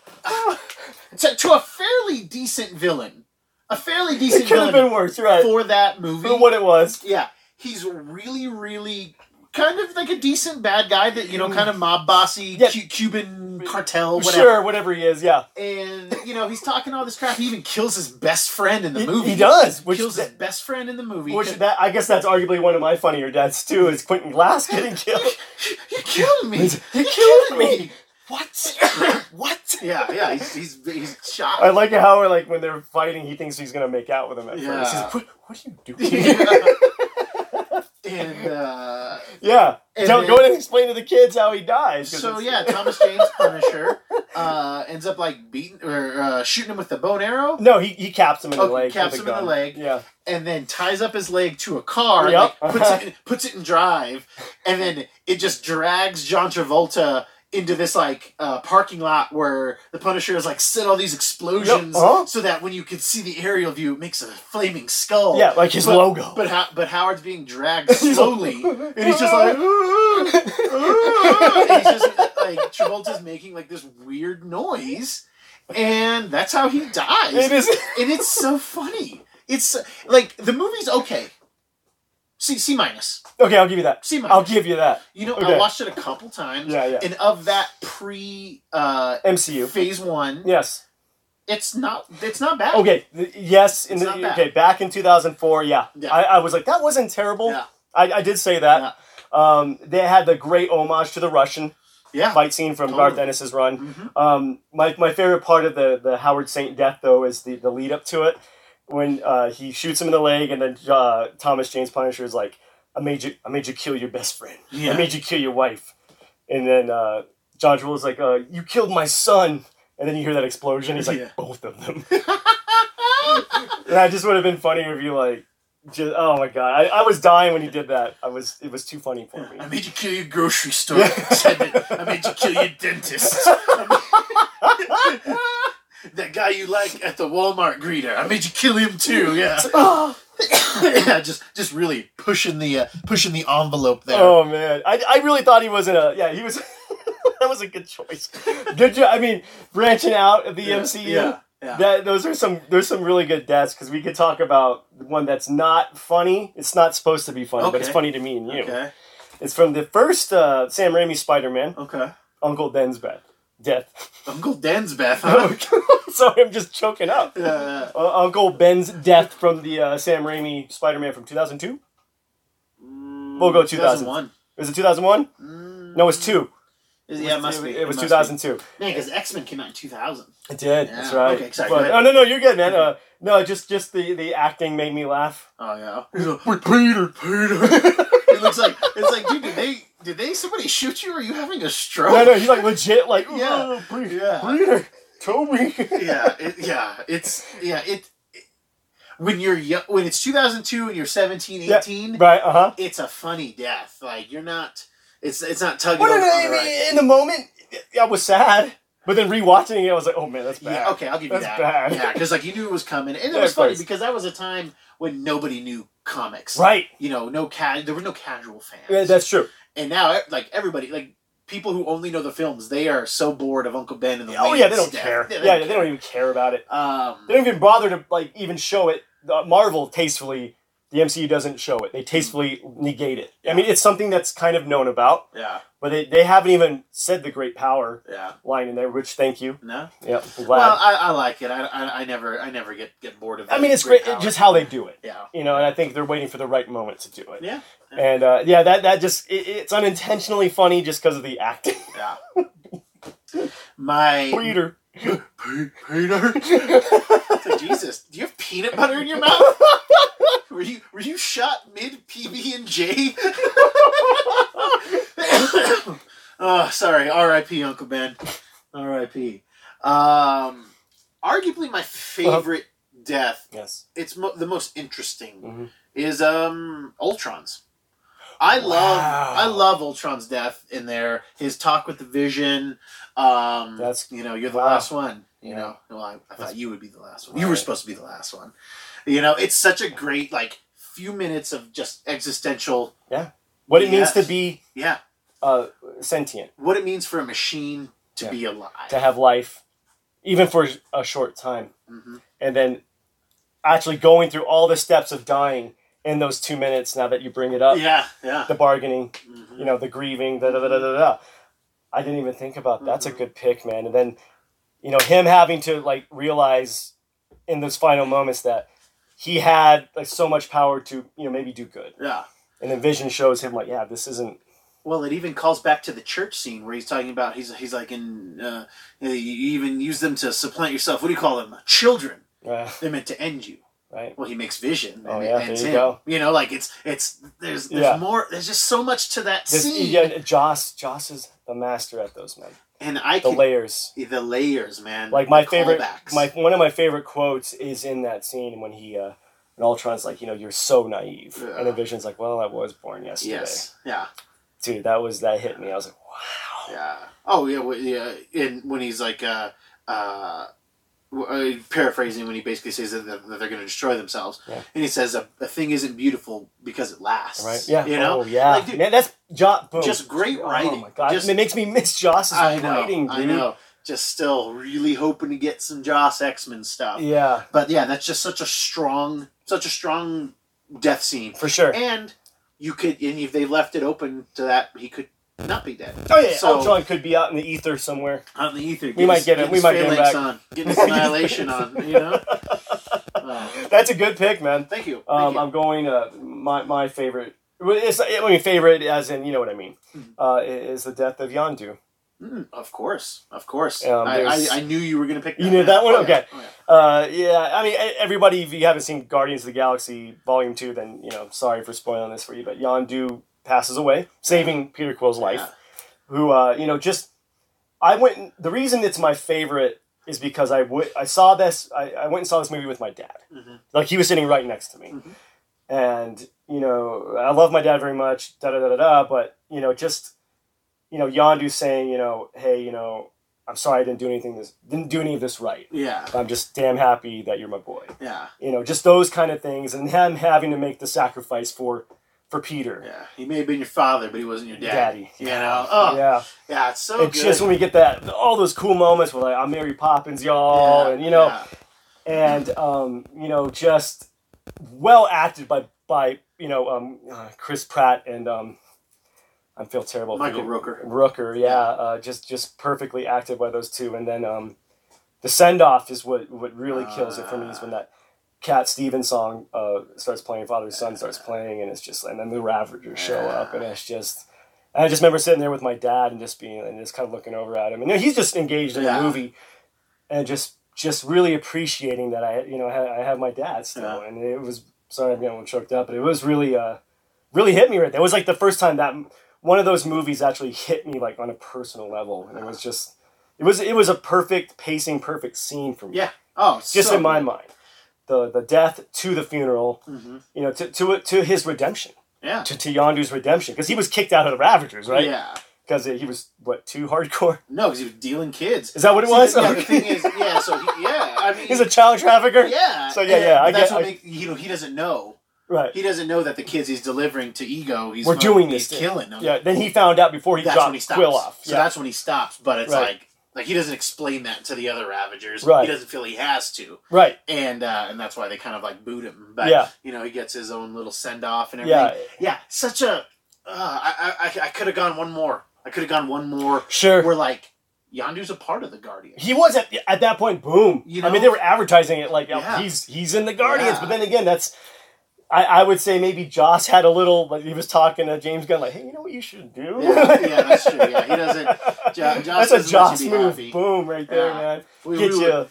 S1: [sighs] to, to a fairly decent villain, a fairly
S2: It
S1: decent
S2: could have
S1: villain
S2: been worse, right?
S1: for that movie.
S2: For what it was.
S1: Yeah, he's really, really kind of like a decent bad guy that you know, kind of mob bossy,
S2: Yeah.
S1: Cu- Cuban cartel, whatever.
S2: Sure, whatever he is, yeah.
S1: And you know, he's talking all this crap. He even kills his best friend in the
S2: He-
S1: movie.
S2: he does, which
S1: kills
S2: that-
S1: his best friend in the movie.
S2: Which that I guess that's arguably one of my funnier deaths too is Quentin Glass getting killed.
S1: you killed me.
S2: He
S1: You
S2: killed me. What? what?
S1: Yeah, yeah, he's he's, he's
S2: I
S1: shot. [laughs]
S2: like how we're like when they're fighting, he thinks he's gonna make out with him at
S1: Yeah.
S2: first. He's like, what, what are you doing? [laughs]
S1: and uh,
S2: yeah.
S1: And
S2: Don't
S1: then-
S2: go ahead and explain to the kids how he dies. 'cause
S1: so
S2: it's-
S1: yeah, Thomas Jane's Punisher uh, ends up like beating or uh, shooting him with the bone arrow.
S2: No, he, he caps him in the
S1: Oh, he
S2: leg.
S1: caps
S2: with a
S1: him in the
S2: gun.
S1: leg.
S2: Yeah.
S1: and then ties up his leg to a car,
S2: Yep.
S1: like, puts,
S2: [laughs]
S1: it in, puts it in drive, and then it just drags John Travolta into this like uh, parking lot where the Punisher is like set all these explosions
S2: uh-huh.
S1: so that when you can see the aerial view, it makes a flaming skull.
S2: Yeah, like his
S1: But-
S2: logo. [laughs]
S1: But [laughs] how but Howard's being dragged slowly, and he's just [laughs] like. and he's just like Travolta's making like this weird noise, and that's how he dies
S2: [laughs] it is
S1: and it's so funny. It's like the movie's okay. C C minus.
S2: Okay, I'll give you that.
S1: C minus.
S2: I'll give you that.
S1: you know,
S2: okay.
S1: I watched it a couple times.
S2: Yeah, yeah.
S1: And of that pre uh,
S2: MCU.
S1: phase one,
S2: Yes.
S1: it's not it's not bad.
S2: Okay. th- Yes. In
S1: It's not
S2: the,
S1: bad.
S2: okay. Back in 2004. Yeah.
S1: Yeah.
S2: I, I was like, that wasn't terrible.
S1: Yeah.
S2: I, I did say that. Um, they had the great homage to the Russian.
S1: Yeah.
S2: fight scene from Garth
S1: Totally.
S2: Ennis's run.
S1: Mhm.
S2: Um, my, my favorite part of the, the Howard Saint death though is the, the lead up to it when uh, he shoots him in the leg and then uh, Thomas Jane's Punisher is like, "I made you I made you kill your best friend. I
S1: Yeah.
S2: made you kill your wife." And then uh, John Travolta's like, uh, "You killed my son." And then you hear that explosion. He's like, [laughs]
S1: Yeah.
S2: "Both of them." and that just would have been funnier if you like Just, oh my god, I, I was dying when he did that. I was it was too funny for
S1: [laughs]
S2: me.
S1: I made you kill your grocery store attendant. I made you kill your
S2: [laughs]
S1: dentist. I made- that guy you like at the Walmart greeter. I made you kill him too.
S2: [laughs]
S1: Yeah,
S2: oh
S1: yeah. Just just really pushing the uh, pushing the envelope there.
S2: Oh, man, I, I really thought he was in a yeah he was. [laughs] that was a good choice. Good job. I mean, branching out of the
S1: yeah,
S2: MCU.
S1: Yeah, yeah.
S2: That those are some there's some really good deaths because we could talk about one that's not funny. It's not supposed to be funny, but it's
S1: Okay.
S2: funny to me and you.
S1: okay.
S2: It's from the first uh, Sam Raimi Spider-Man,
S1: Okay.
S2: Uncle Ben's death. Death.
S1: Uncle Dan's bath.
S2: [laughs]
S1: [laughs] Huh?
S2: so I'm just choking up.
S1: Uh,
S2: Uh, Uncle Ben's death from the uh, Sam Raimi Spider-Man from 2002.
S1: we'll
S2: go 2000. Was it 2001? No, it's two.
S1: Yeah, it must be.
S2: It, was
S1: must be.
S2: 2002.
S1: Yeah, because X Men came out in 2000.
S2: It did.
S1: Yeah.
S2: That's right.
S1: Okay, sorry, go
S2: But,
S1: ahead.
S2: oh no, no, you're good, man. Uh, no, just just the the acting made me laugh.
S1: Oh yeah. He's like, "Wait, Peter, Peter. [laughs] it looks like it's like, dude, did they did they somebody shoot you? Are you having a stroke?
S2: No, no, he's like legit, like
S1: Oh. Yeah.
S2: yeah, breather,
S1: Yeah.
S2: breather, Toby.
S1: yeah, it, yeah, it's yeah, it, it- when you're young, when it's 2002 and you're 17,
S2: Yeah,
S1: 18,
S2: [laughs] right, uh huh.
S1: it's a funny death. Like you're not it's it's not tugging
S2: What
S1: on,
S2: did
S1: on
S2: I
S1: the right.
S2: mean? In the moment, I was sad, but then rewatching it, I was like, oh man, that's bad.
S1: Yeah, okay, I'll give you
S2: That's
S1: that.
S2: bad.
S1: Yeah, because like you knew it was coming, and it
S2: Yeah,
S1: was
S2: of
S1: funny
S2: course.
S1: because that was a time when nobody knew comics.
S2: Right.
S1: You know, no ca- there were no casual fans.
S2: Yeah, that's true.
S1: and now e, like everybody like people who only know the films they are so bored of uncle ben and the
S2: Oh
S1: Wayans
S2: yeah, they don't
S1: death. [laughs]
S2: care. Yeah, yeah, they don't even care about it.
S1: um
S2: They don't even bother to like even show it. Uh, Marvel tastefully, the MCU doesn't show it. They tastefully negate it. I mean, it's something that's kind of known about,
S1: yeah
S2: but they, they haven't even said the great power
S1: yeah
S2: line in there. Which thank you.
S1: no
S2: Yeah, I'm glad.
S1: well I, I like it I, I i never i never get get bored of it
S2: I mean, it's great, just how they do it.
S1: yeah
S2: You know, and I think they're waiting for the right moment to do it.
S1: Yeah.
S2: And uh, yeah, that that just it, it's unintentionally funny just because of the
S1: [laughs]
S2: acting. [laughs]
S1: yeah my
S2: Peter.
S1: Pe- peter It's like, [laughs] jesus do you have peanut butter in your mouth were you were you shot mid pb and
S2: [laughs]
S1: j oh, sorry. R.I.P. Uncle Ben. R.I.P. Um, arguably my favorite death.
S2: yes.
S1: It's mo- the most interesting.
S2: Mhm.
S1: Is um Ultron's. I
S2: Wow.
S1: love I love Ultron's death in there. His talk with the Vision. Um,
S2: That's-
S1: you know you're the
S2: wow.
S1: last one. You
S2: Yeah.
S1: know, well, I, I thought
S2: That's-
S1: you would be the last one. You were
S2: Right.
S1: supposed to be the last one. You know, it's such a great like few minutes of just existential.
S2: What it
S1: Yes.
S2: means to be
S1: Yeah,
S2: uh, sentient,
S1: what it means for a machine to
S2: Yeah.
S1: be alive.
S2: to have life, even for a short time,
S1: Mhm.
S2: and then actually going through all the steps of dying in those two minutes. Now that you bring it up,
S1: Yeah, yeah.
S2: the bargaining,
S1: Mhm.
S2: you know, the grieving, da da da da da. da. I didn't even think about that. That's a
S1: Mm-hmm.
S2: good pick, man. And then, you know, him having to like realize in those final moments that he had like so much power to you know maybe do good.
S1: Yeah.
S2: And then Vision shows him like, yeah, this isn't.
S1: Well, it even calls back to the church scene where he's talking about he's he's like in uh, you know, you even use them to supplant yourself. What do you call them? Children.
S2: Uh,
S1: They're meant to end you.
S2: right.
S1: Well, he makes vision. And
S2: Oh,
S1: it
S2: yeah,
S1: ends
S2: there you
S1: him.
S2: go.
S1: You know, like it's it's there's there's
S2: Yeah.
S1: more. There's just so much to that
S2: This,
S1: scene,
S2: yeah, Joss, Joss is the master at those man.
S1: and I
S2: The
S1: can
S2: layers.
S1: the layers, man.
S2: like my
S1: the
S2: favorite
S1: callbacks.
S2: my one of my favorite quotes is in that scene when he uh when Ultron's like, you know, you're so naive.
S1: Yeah.
S2: And then Vision's like, well, I was born yesterday.
S1: yes, yeah.
S2: Dude, that was that hit me. I was like, wow.
S1: Yeah. Oh yeah. wh- Yeah. And when he's like, uh, uh, wh- uh, paraphrasing, when he basically says that they're, that they're going to destroy themselves,
S2: Yeah.
S1: and he says a, a thing isn't beautiful because it lasts.
S2: Right? Yeah.
S1: You know.
S2: Oh, yeah.
S1: Like, dude-
S2: Man, that's Joss. Boom.
S1: Just great
S2: Oh
S1: writing.
S2: my god,
S1: Just-
S2: it makes me miss Joss's
S1: I know.
S2: writing.
S1: I
S2: dude.
S1: know. Just still really hoping to get some Joss X Men stuff.
S2: Yeah,
S1: But yeah, that's just such a strong, such a strong death scene.
S2: for sure.
S1: And you could, and if they left it open to that, he could not be dead.
S2: oh yeah,
S1: so-
S2: Ultron could be out in the ether somewhere.
S1: on the ether.
S2: We might get him- we might get him
S1: phalanx
S2: back.
S1: On, get his annihilation on. You know.
S2: [laughs]
S1: Uh,
S2: That's a good pick, man.
S1: thank you. Thank
S2: Um,
S1: you.
S2: I'm going. Uh, my my favorite. well, It's, I mean, favorite as in you know what I mean.
S1: Mhm.
S2: Uh, is the death of Yondu.
S1: Mm, of course, of course.
S2: Um,
S1: I, I,
S2: there's-
S1: I knew you were gonna pick. That
S2: You knew that one?
S1: Oh, yeah.
S2: Okay.
S1: Oh, yeah.
S2: Uh, yeah, I mean, e- everybody, if you haven't seen Guardians of the Galaxy Volume 2, then, you know, sorry for spoiling this for you, but Yondu passes away, saving Peter Quill's life,
S1: Yeah.
S2: who, uh, you know, just, I went, the reason it's my favorite is because I would, I saw this, I, I went and saw this movie with my dad.
S1: Mhm.
S2: Like, he was sitting right next to me.
S1: Mhm.
S2: and you know I love my dad very much, da da da da da. But you know, just you know, Yondu saying, you know, hey, you know, I'm sorry I didn't do anything this didn't do any of this right.
S1: Yeah.
S2: But I'm just damn happy that you're my boy.
S1: Yeah.
S2: You know, just those kind of things, and him having to make the sacrifice for for Peter,
S1: Yeah. He may have been your father, but he wasn't your daddy.
S2: daddy.
S1: You know. Oh. Yeah.
S2: yeah.
S1: it's so
S2: And
S1: good.
S2: just when we get that, all those cool moments with like I'm Mary Poppins, y'all,
S1: Yeah,
S2: and you know,
S1: yeah.
S2: and um, you know, just well acted by by you know um, uh, Chris Pratt and um, I feel terrible. for
S1: Michael
S2: you.
S1: Rooker.
S2: Rooker, yeah, uh, just just perfectly acted by those two, and then um, the send off is what what really kills it for me is when that Cat Stevens song uh, starts playing, Father's Son starts playing, and it's just and then the Ravagers show up, and it's just. I just remember sitting there with my dad and just being and just kind of looking over at him, and you know, he's just engaged in
S1: Yeah.
S2: the movie, and just just really appreciating that I you know I, I have my dad still,
S1: Yeah.
S2: and it was sorry I'm getting a little choked up, but it was really uh really hit me right there. It was like the first time that one of those movies actually hit me like on a personal level, and it was just it was it was a perfect pacing, perfect scene for me.
S1: Yeah. Oh, it's
S2: just
S1: so
S2: in my
S1: good.
S2: mind, the the death to the funeral,
S1: Mhm.
S2: you know, to to to his redemption,
S1: Yeah.
S2: to to Yondu's redemption, because he was kicked out of the Ravagers, right?
S1: Yeah.
S2: Because he was what too hardcore. [laughs]
S1: No, because he was dealing kids.
S2: Is that what it was?
S1: Yeah,
S2: [laughs]
S1: the thing is, yeah. So he, yeah, I mean,
S2: He's a child trafficker.
S1: yeah.
S2: So, yeah, yeah,
S1: but
S2: I
S1: that's
S2: get-
S1: what
S2: I-
S1: make, you know he doesn't know.
S2: Right.
S1: He doesn't know that the kids he's delivering to ego. He's
S2: We're
S1: fucking-
S2: doing
S1: he's
S2: this to-
S1: killing them.
S2: Yeah. Then he found out before he
S1: that's
S2: dropped
S1: when he stops.
S2: Quill off.
S1: So
S2: yeah.
S1: that's when he stops. But it's
S2: Right.
S1: like like he doesn't explain that to the other Ravagers.
S2: Right.
S1: He doesn't feel he has to,
S2: right.
S1: and uh, and that's why they kind of like boot him. But
S2: Yeah.
S1: you know he gets his own little send off and everything.
S2: Yeah.
S1: Yeah, such a. Uh, I I- I, I could have gone one more. I could have gone one more.
S2: Sure.
S1: We're like, Yandu's a part of the Guardian.
S2: [laughs] He was at, at that point. Boom.
S1: You
S2: I
S1: know?
S2: mean, they were advertising it like
S1: Yeah.
S2: he's he's in the Guardians,
S1: Yeah.
S2: but then again, that's I, I would say maybe Joss had a little. Like, he was talking to James Gunn, like, hey, you know what you should do?
S1: Yeah, yeah, that's true. Yeah, he doesn't.
S2: [laughs]
S1: Jo- Joss
S2: that's a
S1: doesn't let
S2: Joss
S1: you be
S2: move.
S1: happy.
S2: Boom, right there,
S1: Yeah.
S2: man.
S1: We-
S2: Get
S1: we
S2: you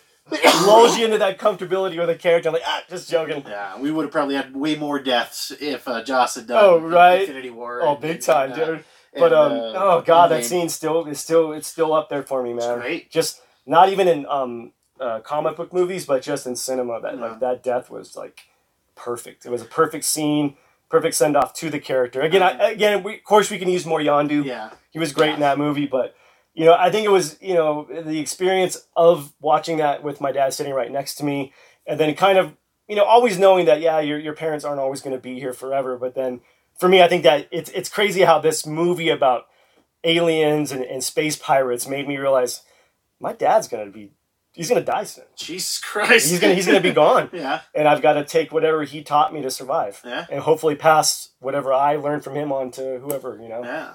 S2: lulls you into that comfortability with a character. I'm like, ah, just joking.
S1: [coughs] Yeah, we would have probably had way more deaths if uh, Joss had done
S2: Oh, right.
S1: Infinity War.
S2: Oh,
S1: and-
S2: big time,
S1: and, uh,
S2: dude.
S1: and,
S2: But um,
S1: uh,
S2: oh god, that
S1: Endgame.
S2: scene still is still it's still up there for me, man.
S1: great.
S2: Just not even in um uh, comic book movies, but just in cinema, that
S1: Yeah.
S2: like that death was like perfect. It was a perfect scene, perfect send off to the character. Again, I, again, we, of course, we can use more Yondu.
S1: Yeah,
S2: He was great in that movie, but you know, I think it was you know the experience of watching that with my dad sitting right next to me, and then kind of you know always knowing that yeah, your your parents aren't always going to be here forever, but then for me, I think that it's it's crazy how this movie about aliens and, and space pirates made me realize my dad's going to be he's going to die soon.
S1: Jesus Christ.
S2: He's gonna he's
S1: [laughs]
S2: gonna be gone,
S1: yeah,
S2: and I've got to take whatever he taught me to survive,
S1: Yeah.
S2: and hopefully pass whatever I learned from him on to whoever you know.
S1: yeah.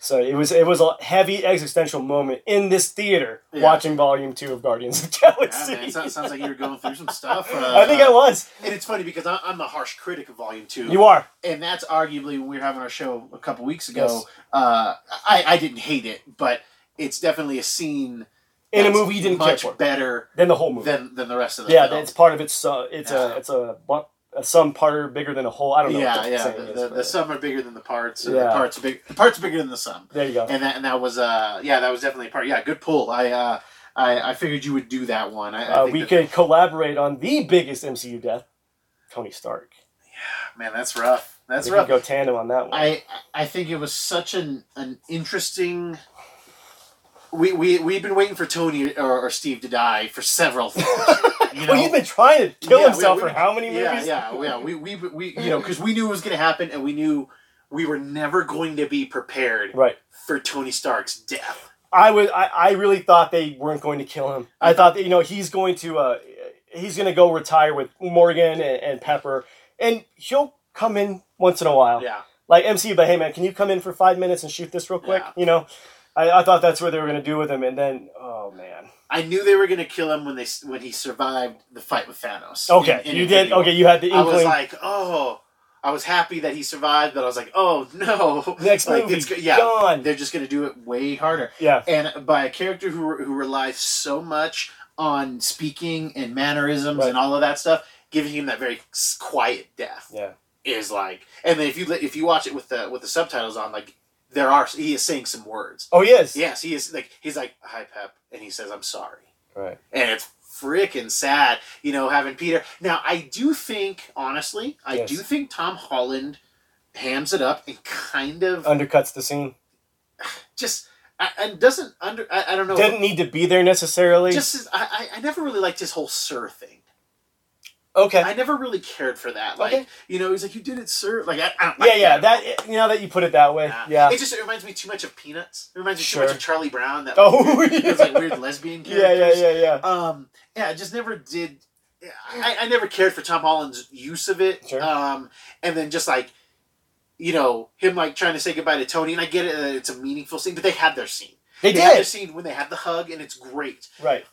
S2: So it was it was a heavy existential moment in this theater
S1: Yeah.
S2: watching Volume Two of Guardians of the Galaxy.
S1: Yeah, man, it sounds, sounds like you were going through some stuff. Uh,
S2: [laughs] I think I was.
S1: And it's funny because I, I'm a harsh critic of Volume Two,
S2: You are
S1: and that's arguably when we were having our show a couple weeks ago.
S2: Yes.
S1: Uh, I I didn't hate it, but it's definitely a scene
S2: in a
S1: that's
S2: movie you didn't care
S1: much
S2: for.
S1: better
S2: Then the whole movie.
S1: than than the rest of the
S2: yeah,
S1: film.
S2: it's part of its. Uh, it's
S1: Yeah.
S2: a it's a, bu- a sum part or bigger than a whole. I don't know. what
S1: yeah,
S2: the
S1: yeah.
S2: saying
S1: The,
S2: is,
S1: the,
S2: but-
S1: the sum are bigger than the parts. And The
S2: Yeah.
S1: parts are big. The parts are bigger than the sum.
S2: there you go.
S1: And that and that was uh yeah that was definitely a part. Yeah, good pull. I uh I, I figured you would do that one. I, I
S2: uh,
S1: think
S2: we
S1: that-
S2: could collaborate on the biggest MCU death, Tony Stark.
S1: man, that's rough. That's
S2: We
S1: rough.
S2: could go tandem on that one.
S1: I I think it was such an an interesting. We we we've been waiting for Tony or, or Steve to die for
S2: [laughs]
S1: several. Films, you know?
S2: well, you've been trying to kill
S1: Yeah, we-
S2: himself
S1: we-
S2: for how many movies?
S1: yeah, yeah, yeah. We, we, we, you know, because we knew it was going to happen, and we knew we were never going to be prepared
S2: Right.
S1: for Tony Stark's death.
S2: I was I, I really thought they weren't going to kill him. I thought that you know he's going to uh he's going to go retire with Morgan and, and Pepper, and he'll come in once in a while.
S1: Yeah,
S2: Like MC, but hey man, can you come in for five minutes and shoot this real quick?
S1: Yeah.
S2: You know, I, I thought that's what they were going to do with him, and then oh man,
S1: I knew they were going to kill him when they s- when he survived the fight with Thanos.
S2: okay,
S1: in- in
S2: you
S1: Infinity
S2: did
S1: War.
S2: okay, you had the
S1: I was
S2: inkling.
S1: like, oh, I was happy that he survived, but I was like, oh no, [laughs]
S2: Next
S1: like
S2: movie,
S1: it's go- yeah,
S2: gone.
S1: they're just going to do it way harder.
S2: Yeah,
S1: and by a character who who relies so much on speaking and mannerisms
S2: Right.
S1: and all of that stuff, giving him that very s- quiet death
S2: Yeah.
S1: is like. And then if you li- if you watch it with the with the subtitles on, like there are he is saying some words.
S2: oh he is.
S1: Yes, he is like he's like hi Pep, and he says I'm sorry,
S2: Right.
S1: and it's freaking sad, you know, having Peter. Now, I do think, honestly, I
S2: Yes.
S1: do think Tom Holland hams it up and kind of
S2: undercuts the scene.
S1: just I- and doesn't under. I, I don't know.
S2: Didn't need to be there necessarily.
S1: just I, I I never really liked his whole sir thing.
S2: okay.
S1: I never really cared for that. Like
S2: Okay.
S1: you know, he's like, "You did it, sir." Like I, I don't
S2: yeah,
S1: like
S2: yeah. That now that you put it that way, yeah.
S1: It just it reminds me too much of Peanuts. It reminds me too
S2: Sure.
S1: much of Charlie Brown. That
S2: [laughs]
S1: like, [laughs]
S2: Oh,
S1: those, like weird lesbian
S2: yeah, yeah,
S1: characters.
S2: yeah, yeah.
S1: Um, yeah, I just never did. I, I never cared for Tom Holland's use of it.
S2: Sure.
S1: Um, and then just like, you know, him like trying to say goodbye to Tony, and I get it that it's a meaningful scene, but they had their scene.
S2: They
S1: had their
S2: did
S1: scene when they had the hug, and it's great.
S2: right.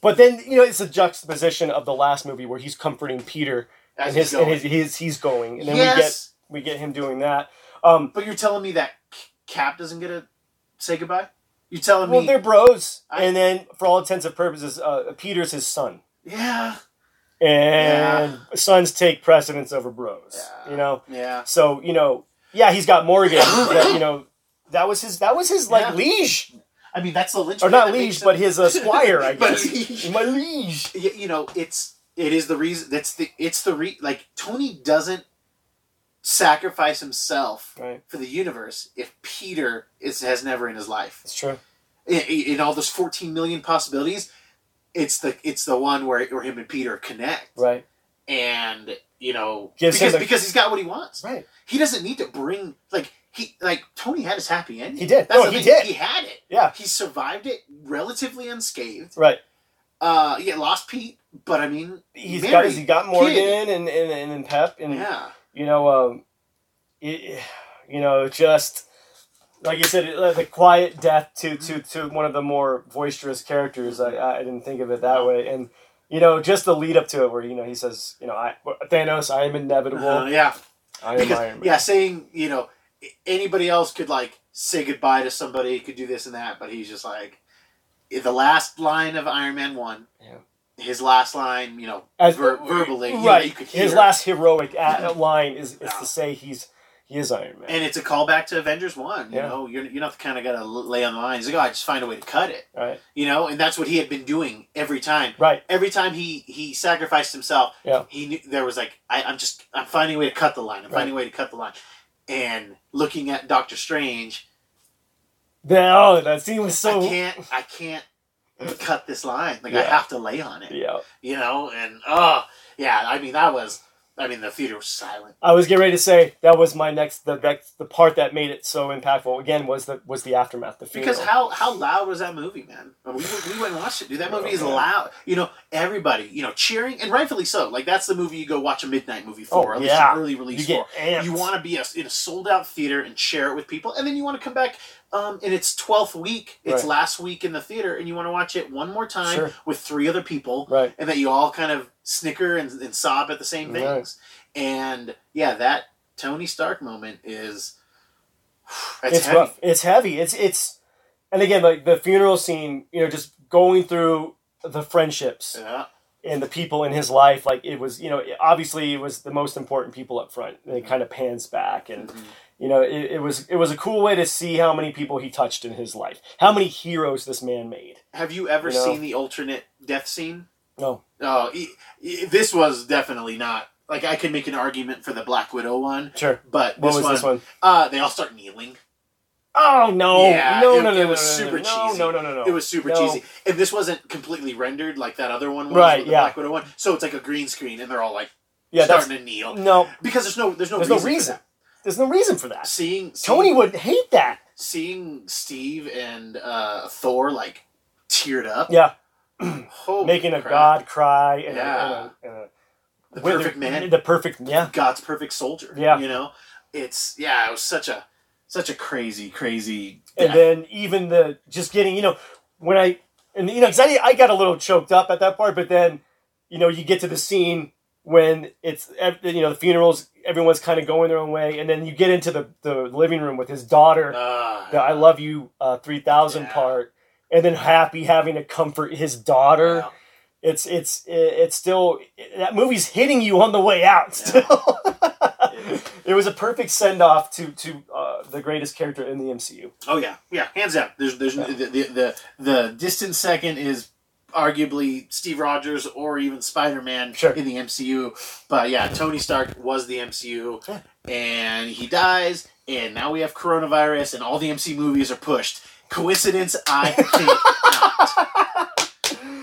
S2: But then you know it's a juxtaposition of the last movie where he's comforting Peter
S1: As
S2: and his
S1: he's going.
S2: and his, his he's going, and then
S1: yes,
S2: we get we get him doing that. Um,
S1: but you're telling me that C- Cap doesn't get to say goodbye. You're telling
S2: well,
S1: me,
S2: they're bros,
S1: I-
S2: and then for all intents and purposes, uh, Peter's his son,
S1: yeah,
S2: and sons take precedence over bros.
S1: Yeah.
S2: You know,
S1: yeah,
S2: so you know, yeah, he's
S1: [coughs]
S2: got Morgan. that, you know, that was his. That was his like
S1: Yeah.
S2: liege.
S1: I mean, that's the
S2: or
S1: linchpin
S2: not
S1: that
S2: liege,
S1: makes
S2: but
S1: it-
S2: his uh,
S1: [laughs]
S2: squire, I
S1: But
S2: guess.
S1: liege.
S2: My liege.
S1: y- you know, it's it is the reason. That's the it's the re like Tony doesn't sacrifice himself
S2: Right,
S1: for the universe if Peter is has never in his life
S2: it's true.
S1: in, in all those fourteen million possibilities. It's the it's the one where where him and Peter connect,
S2: Right,
S1: and you know
S2: Gives him
S1: because
S2: the-
S1: because he's got what he wants.
S2: right.
S1: He doesn't need to bring like he like Tony had his happy ending.
S2: He did.
S1: That's
S2: no,
S1: the
S2: he
S1: thing.
S2: did.
S1: He had it.
S2: Yeah.
S1: He survived it relatively unscathed.
S2: Right.
S1: Uh, yeah, lost Pete, but I mean,
S2: He's
S1: Mary,
S2: got his, he got Morgan
S1: kid.
S2: and, and and and Pep and
S1: yeah.
S2: you know um, it, you know just like you said, it- like the quiet death to to to one of the more boisterous characters. I I didn't think of it that way and. You know, just the lead up to it, where you know he says, "You know, I Thanos, I am inevitable.
S1: Uh, yeah,
S2: I am
S1: [laughs]
S2: Iron
S1: because
S2: Man."
S1: yeah, saying you know anybody else could like say goodbye to somebody, could do this and that, but he's just like eh, the last line of Iron Man one.
S2: Yeah.
S1: His last line, you know,
S2: As-
S1: ver- verbally, you know,
S2: right?
S1: you could
S2: His
S1: hear. Mm-hmm.
S2: last heroic a- line is, is
S1: Yeah.
S2: to say he's he is Iron Man.
S1: and it's a callback to Avengers one. You
S2: Yeah.
S1: know, you're you're not the kind of guy to l- lay on the line. He's like, oh, I just find a way to cut it.
S2: right,
S1: You know, and that's what he had been doing every time.
S2: right.
S1: every time he he sacrificed himself,
S2: Yeah.
S1: he knew there was like I, I'm just I'm finding a way to cut the line. I'm
S2: Right.
S1: finding a way to cut the line. And looking at Doctor Strange,
S2: That, oh, that scene was so.
S1: I can't I can't cut this line. Like I
S2: Yeah.
S1: have to lay on it.
S2: Yeah,
S1: You know, and oh yeah, I mean that was I mean the theater was silent.
S2: I was getting ready to say that was my next. The next, the part that made it so impactful again was the was the aftermath. The funeral.
S1: Because how how loud was that movie, man? We, we went and watched it, dude. That movie is
S2: Yeah.
S1: loud. You know, everybody, you know, cheering and rightfully so. Like that's the movie you go watch a midnight movie for,
S2: Oh,
S1: or at least
S2: yeah.
S1: an early release
S2: you
S1: for.
S2: get amped.
S1: You want to be a, in a sold out theater and share it with people, and then you want to come back um, in its twelfth week, its
S2: Right.
S1: last week in the theater, and you want to watch it one more time
S2: Sure.
S1: with three other people,
S2: right?
S1: and that you all kind of snicker and, and sob at the same
S2: Right.
S1: things. And yeah, that Tony Stark moment is [sighs] that's
S2: It's
S1: heavy.
S2: rough. It's heavy. It's it's, and again like the funeral scene. You know, just going through the friendships
S1: Yeah.
S2: and the people in his life. Like it was. You know, obviously it was the most important people up front. And
S1: Mm-hmm.
S2: it kind of pans back and
S1: Mhm.
S2: You know, it, it was it was a cool way to see how many people he touched in his life, how many heroes this man made.
S1: Have you ever
S2: You know?
S1: seen the alternate death scene?
S2: No.
S1: Oh, e- e- this was definitely not. Like I could make an argument for the Black Widow one,
S2: Sure.
S1: but
S2: What
S1: this
S2: was
S1: one,
S2: this one?
S1: Uh, they all start kneeling.
S2: Oh no!
S1: Yeah,
S2: no,
S1: it-
S2: no, no,
S1: it
S2: no,
S1: was
S2: no,
S1: super
S2: no,
S1: cheesy.
S2: No, no, no, no.
S1: It was super
S2: No.
S1: cheesy, and this wasn't completely rendered like that other one was,
S2: Right,
S1: with the
S2: yeah.
S1: Black Widow one. So it's like a green screen, and they're all like
S2: yeah. That's,
S1: starting to kneel
S2: no,
S1: because there's no there's no
S2: there's no
S1: reason. for
S2: reason.
S1: that.
S2: There's no reason for that.
S1: Seeing, seeing
S2: Tony would hate that.
S1: seeing Steve and uh, Thor like teared up,
S2: Yeah,
S1: [clears throat] Holy
S2: making a
S1: crap.
S2: god cry and,
S1: Yeah.
S2: a, and, a, and a
S1: the
S2: withered-
S1: perfect
S2: [laughs]
S1: man,
S2: the perfect yeah.
S1: God's perfect soldier.
S2: Yeah.
S1: you know, it's yeah, it was such a such a crazy crazy.
S2: and then even the just getting you know when I and you know 'cause I, I got a little choked up at that part, but then you know you get to the scene when it's ev- you know the funerals, everyone's kind of going their own way, and then you get into the the living room with his daughter,
S1: uh,
S2: the "I love you" uh, three thousand
S1: Yeah.
S2: part, and then happy having to comfort his daughter.
S1: yeah.
S2: [laughs] It's it's it's still that movie's hitting you on the way out. Still, [laughs] it was a perfect send off to to uh, the greatest character in the MCU.
S1: Oh yeah, yeah, hands down. There's there's
S2: Yeah.
S1: the, the the the distant second is arguably Steve Rogers or even Spider Man
S2: Sure.
S1: in the MCU. But yeah, Tony Stark was the MCU, and he dies, and now we have coronavirus, and all the MCU movies are pushed. Coincidence?
S2: [laughs]
S1: I think not.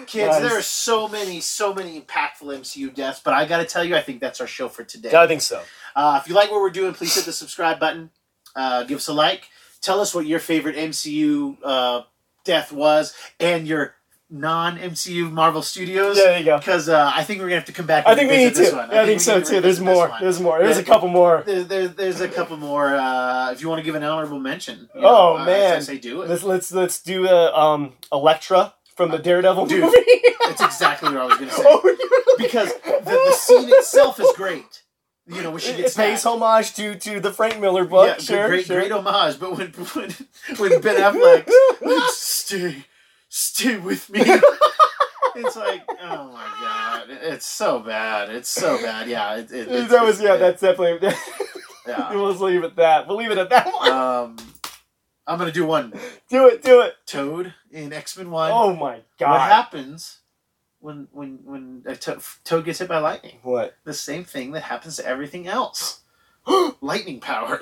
S1: Kids,
S2: Nice.
S1: there are so many, so many impactful MCU deaths, but I gotta tell you, I think that's our show for today.
S2: I think so.
S1: Uh, if you like what we're doing, please hit the subscribe button. Uh, give us a like. Tell us what your favorite MCU uh, death was and your non MCU Marvel Studios.
S2: There you go.
S1: Because uh, I think we're gonna have to come back.
S2: I think we need
S1: revisit
S2: to.
S1: this one.
S2: I, think,
S1: we
S2: so
S1: need to
S2: too.
S1: revisit this
S2: There's more.
S1: one.
S2: There's more. There's
S1: Yeah.
S2: a couple more.
S1: There, there, there's a couple more. Uh, if you want to give an honorable mention. you
S2: Oh,
S1: uh,
S2: man.
S1: I say do it.
S2: Let's let's let's do a um Electra from the Daredevil
S1: Uh, Dude.
S2: movie.
S1: [laughs]
S2: [laughs]
S1: That's exactly what I was gonna say.
S2: oh, you-
S1: Because the, the scene itself is great. You know, when she
S2: it,
S1: gets
S2: it pays
S1: back.
S2: homage to to the Frank Miller book.
S1: good-
S2: sure,
S1: great,
S2: sure.
S1: great homage. But when [laughs] when, when Ben Affleck,
S2: [laughs]
S1: like, stay, stay with me. it's like, oh my god, it's so bad. It's so bad. Yeah, it, it, it's-
S2: that was yeah.
S1: it's-
S2: That's definitely. [laughs]
S1: yeah.
S2: we'll just leave it at that. We'll leave it at that [laughs] one.
S1: Um, I'm gonna do one.
S2: do it. Do it.
S1: Toad in X Men One.
S2: Oh my
S1: what
S2: god.
S1: happens when when when a to- Toad gets hit by lightning?
S2: What?
S1: The same thing that happens to everything else.
S2: what?
S1: lightning powers.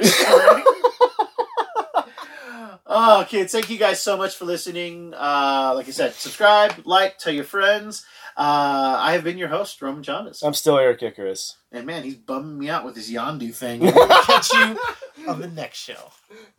S1: oh, kids, thank you guys so much for listening. Uh, like I said, subscribe, like, tell your friends. Uh, I have been your host, Roman Chavez.
S2: I'm still Eric Icarus.
S1: And man, he's bumming me out with his Yondu thing. We'll catch you on the next show.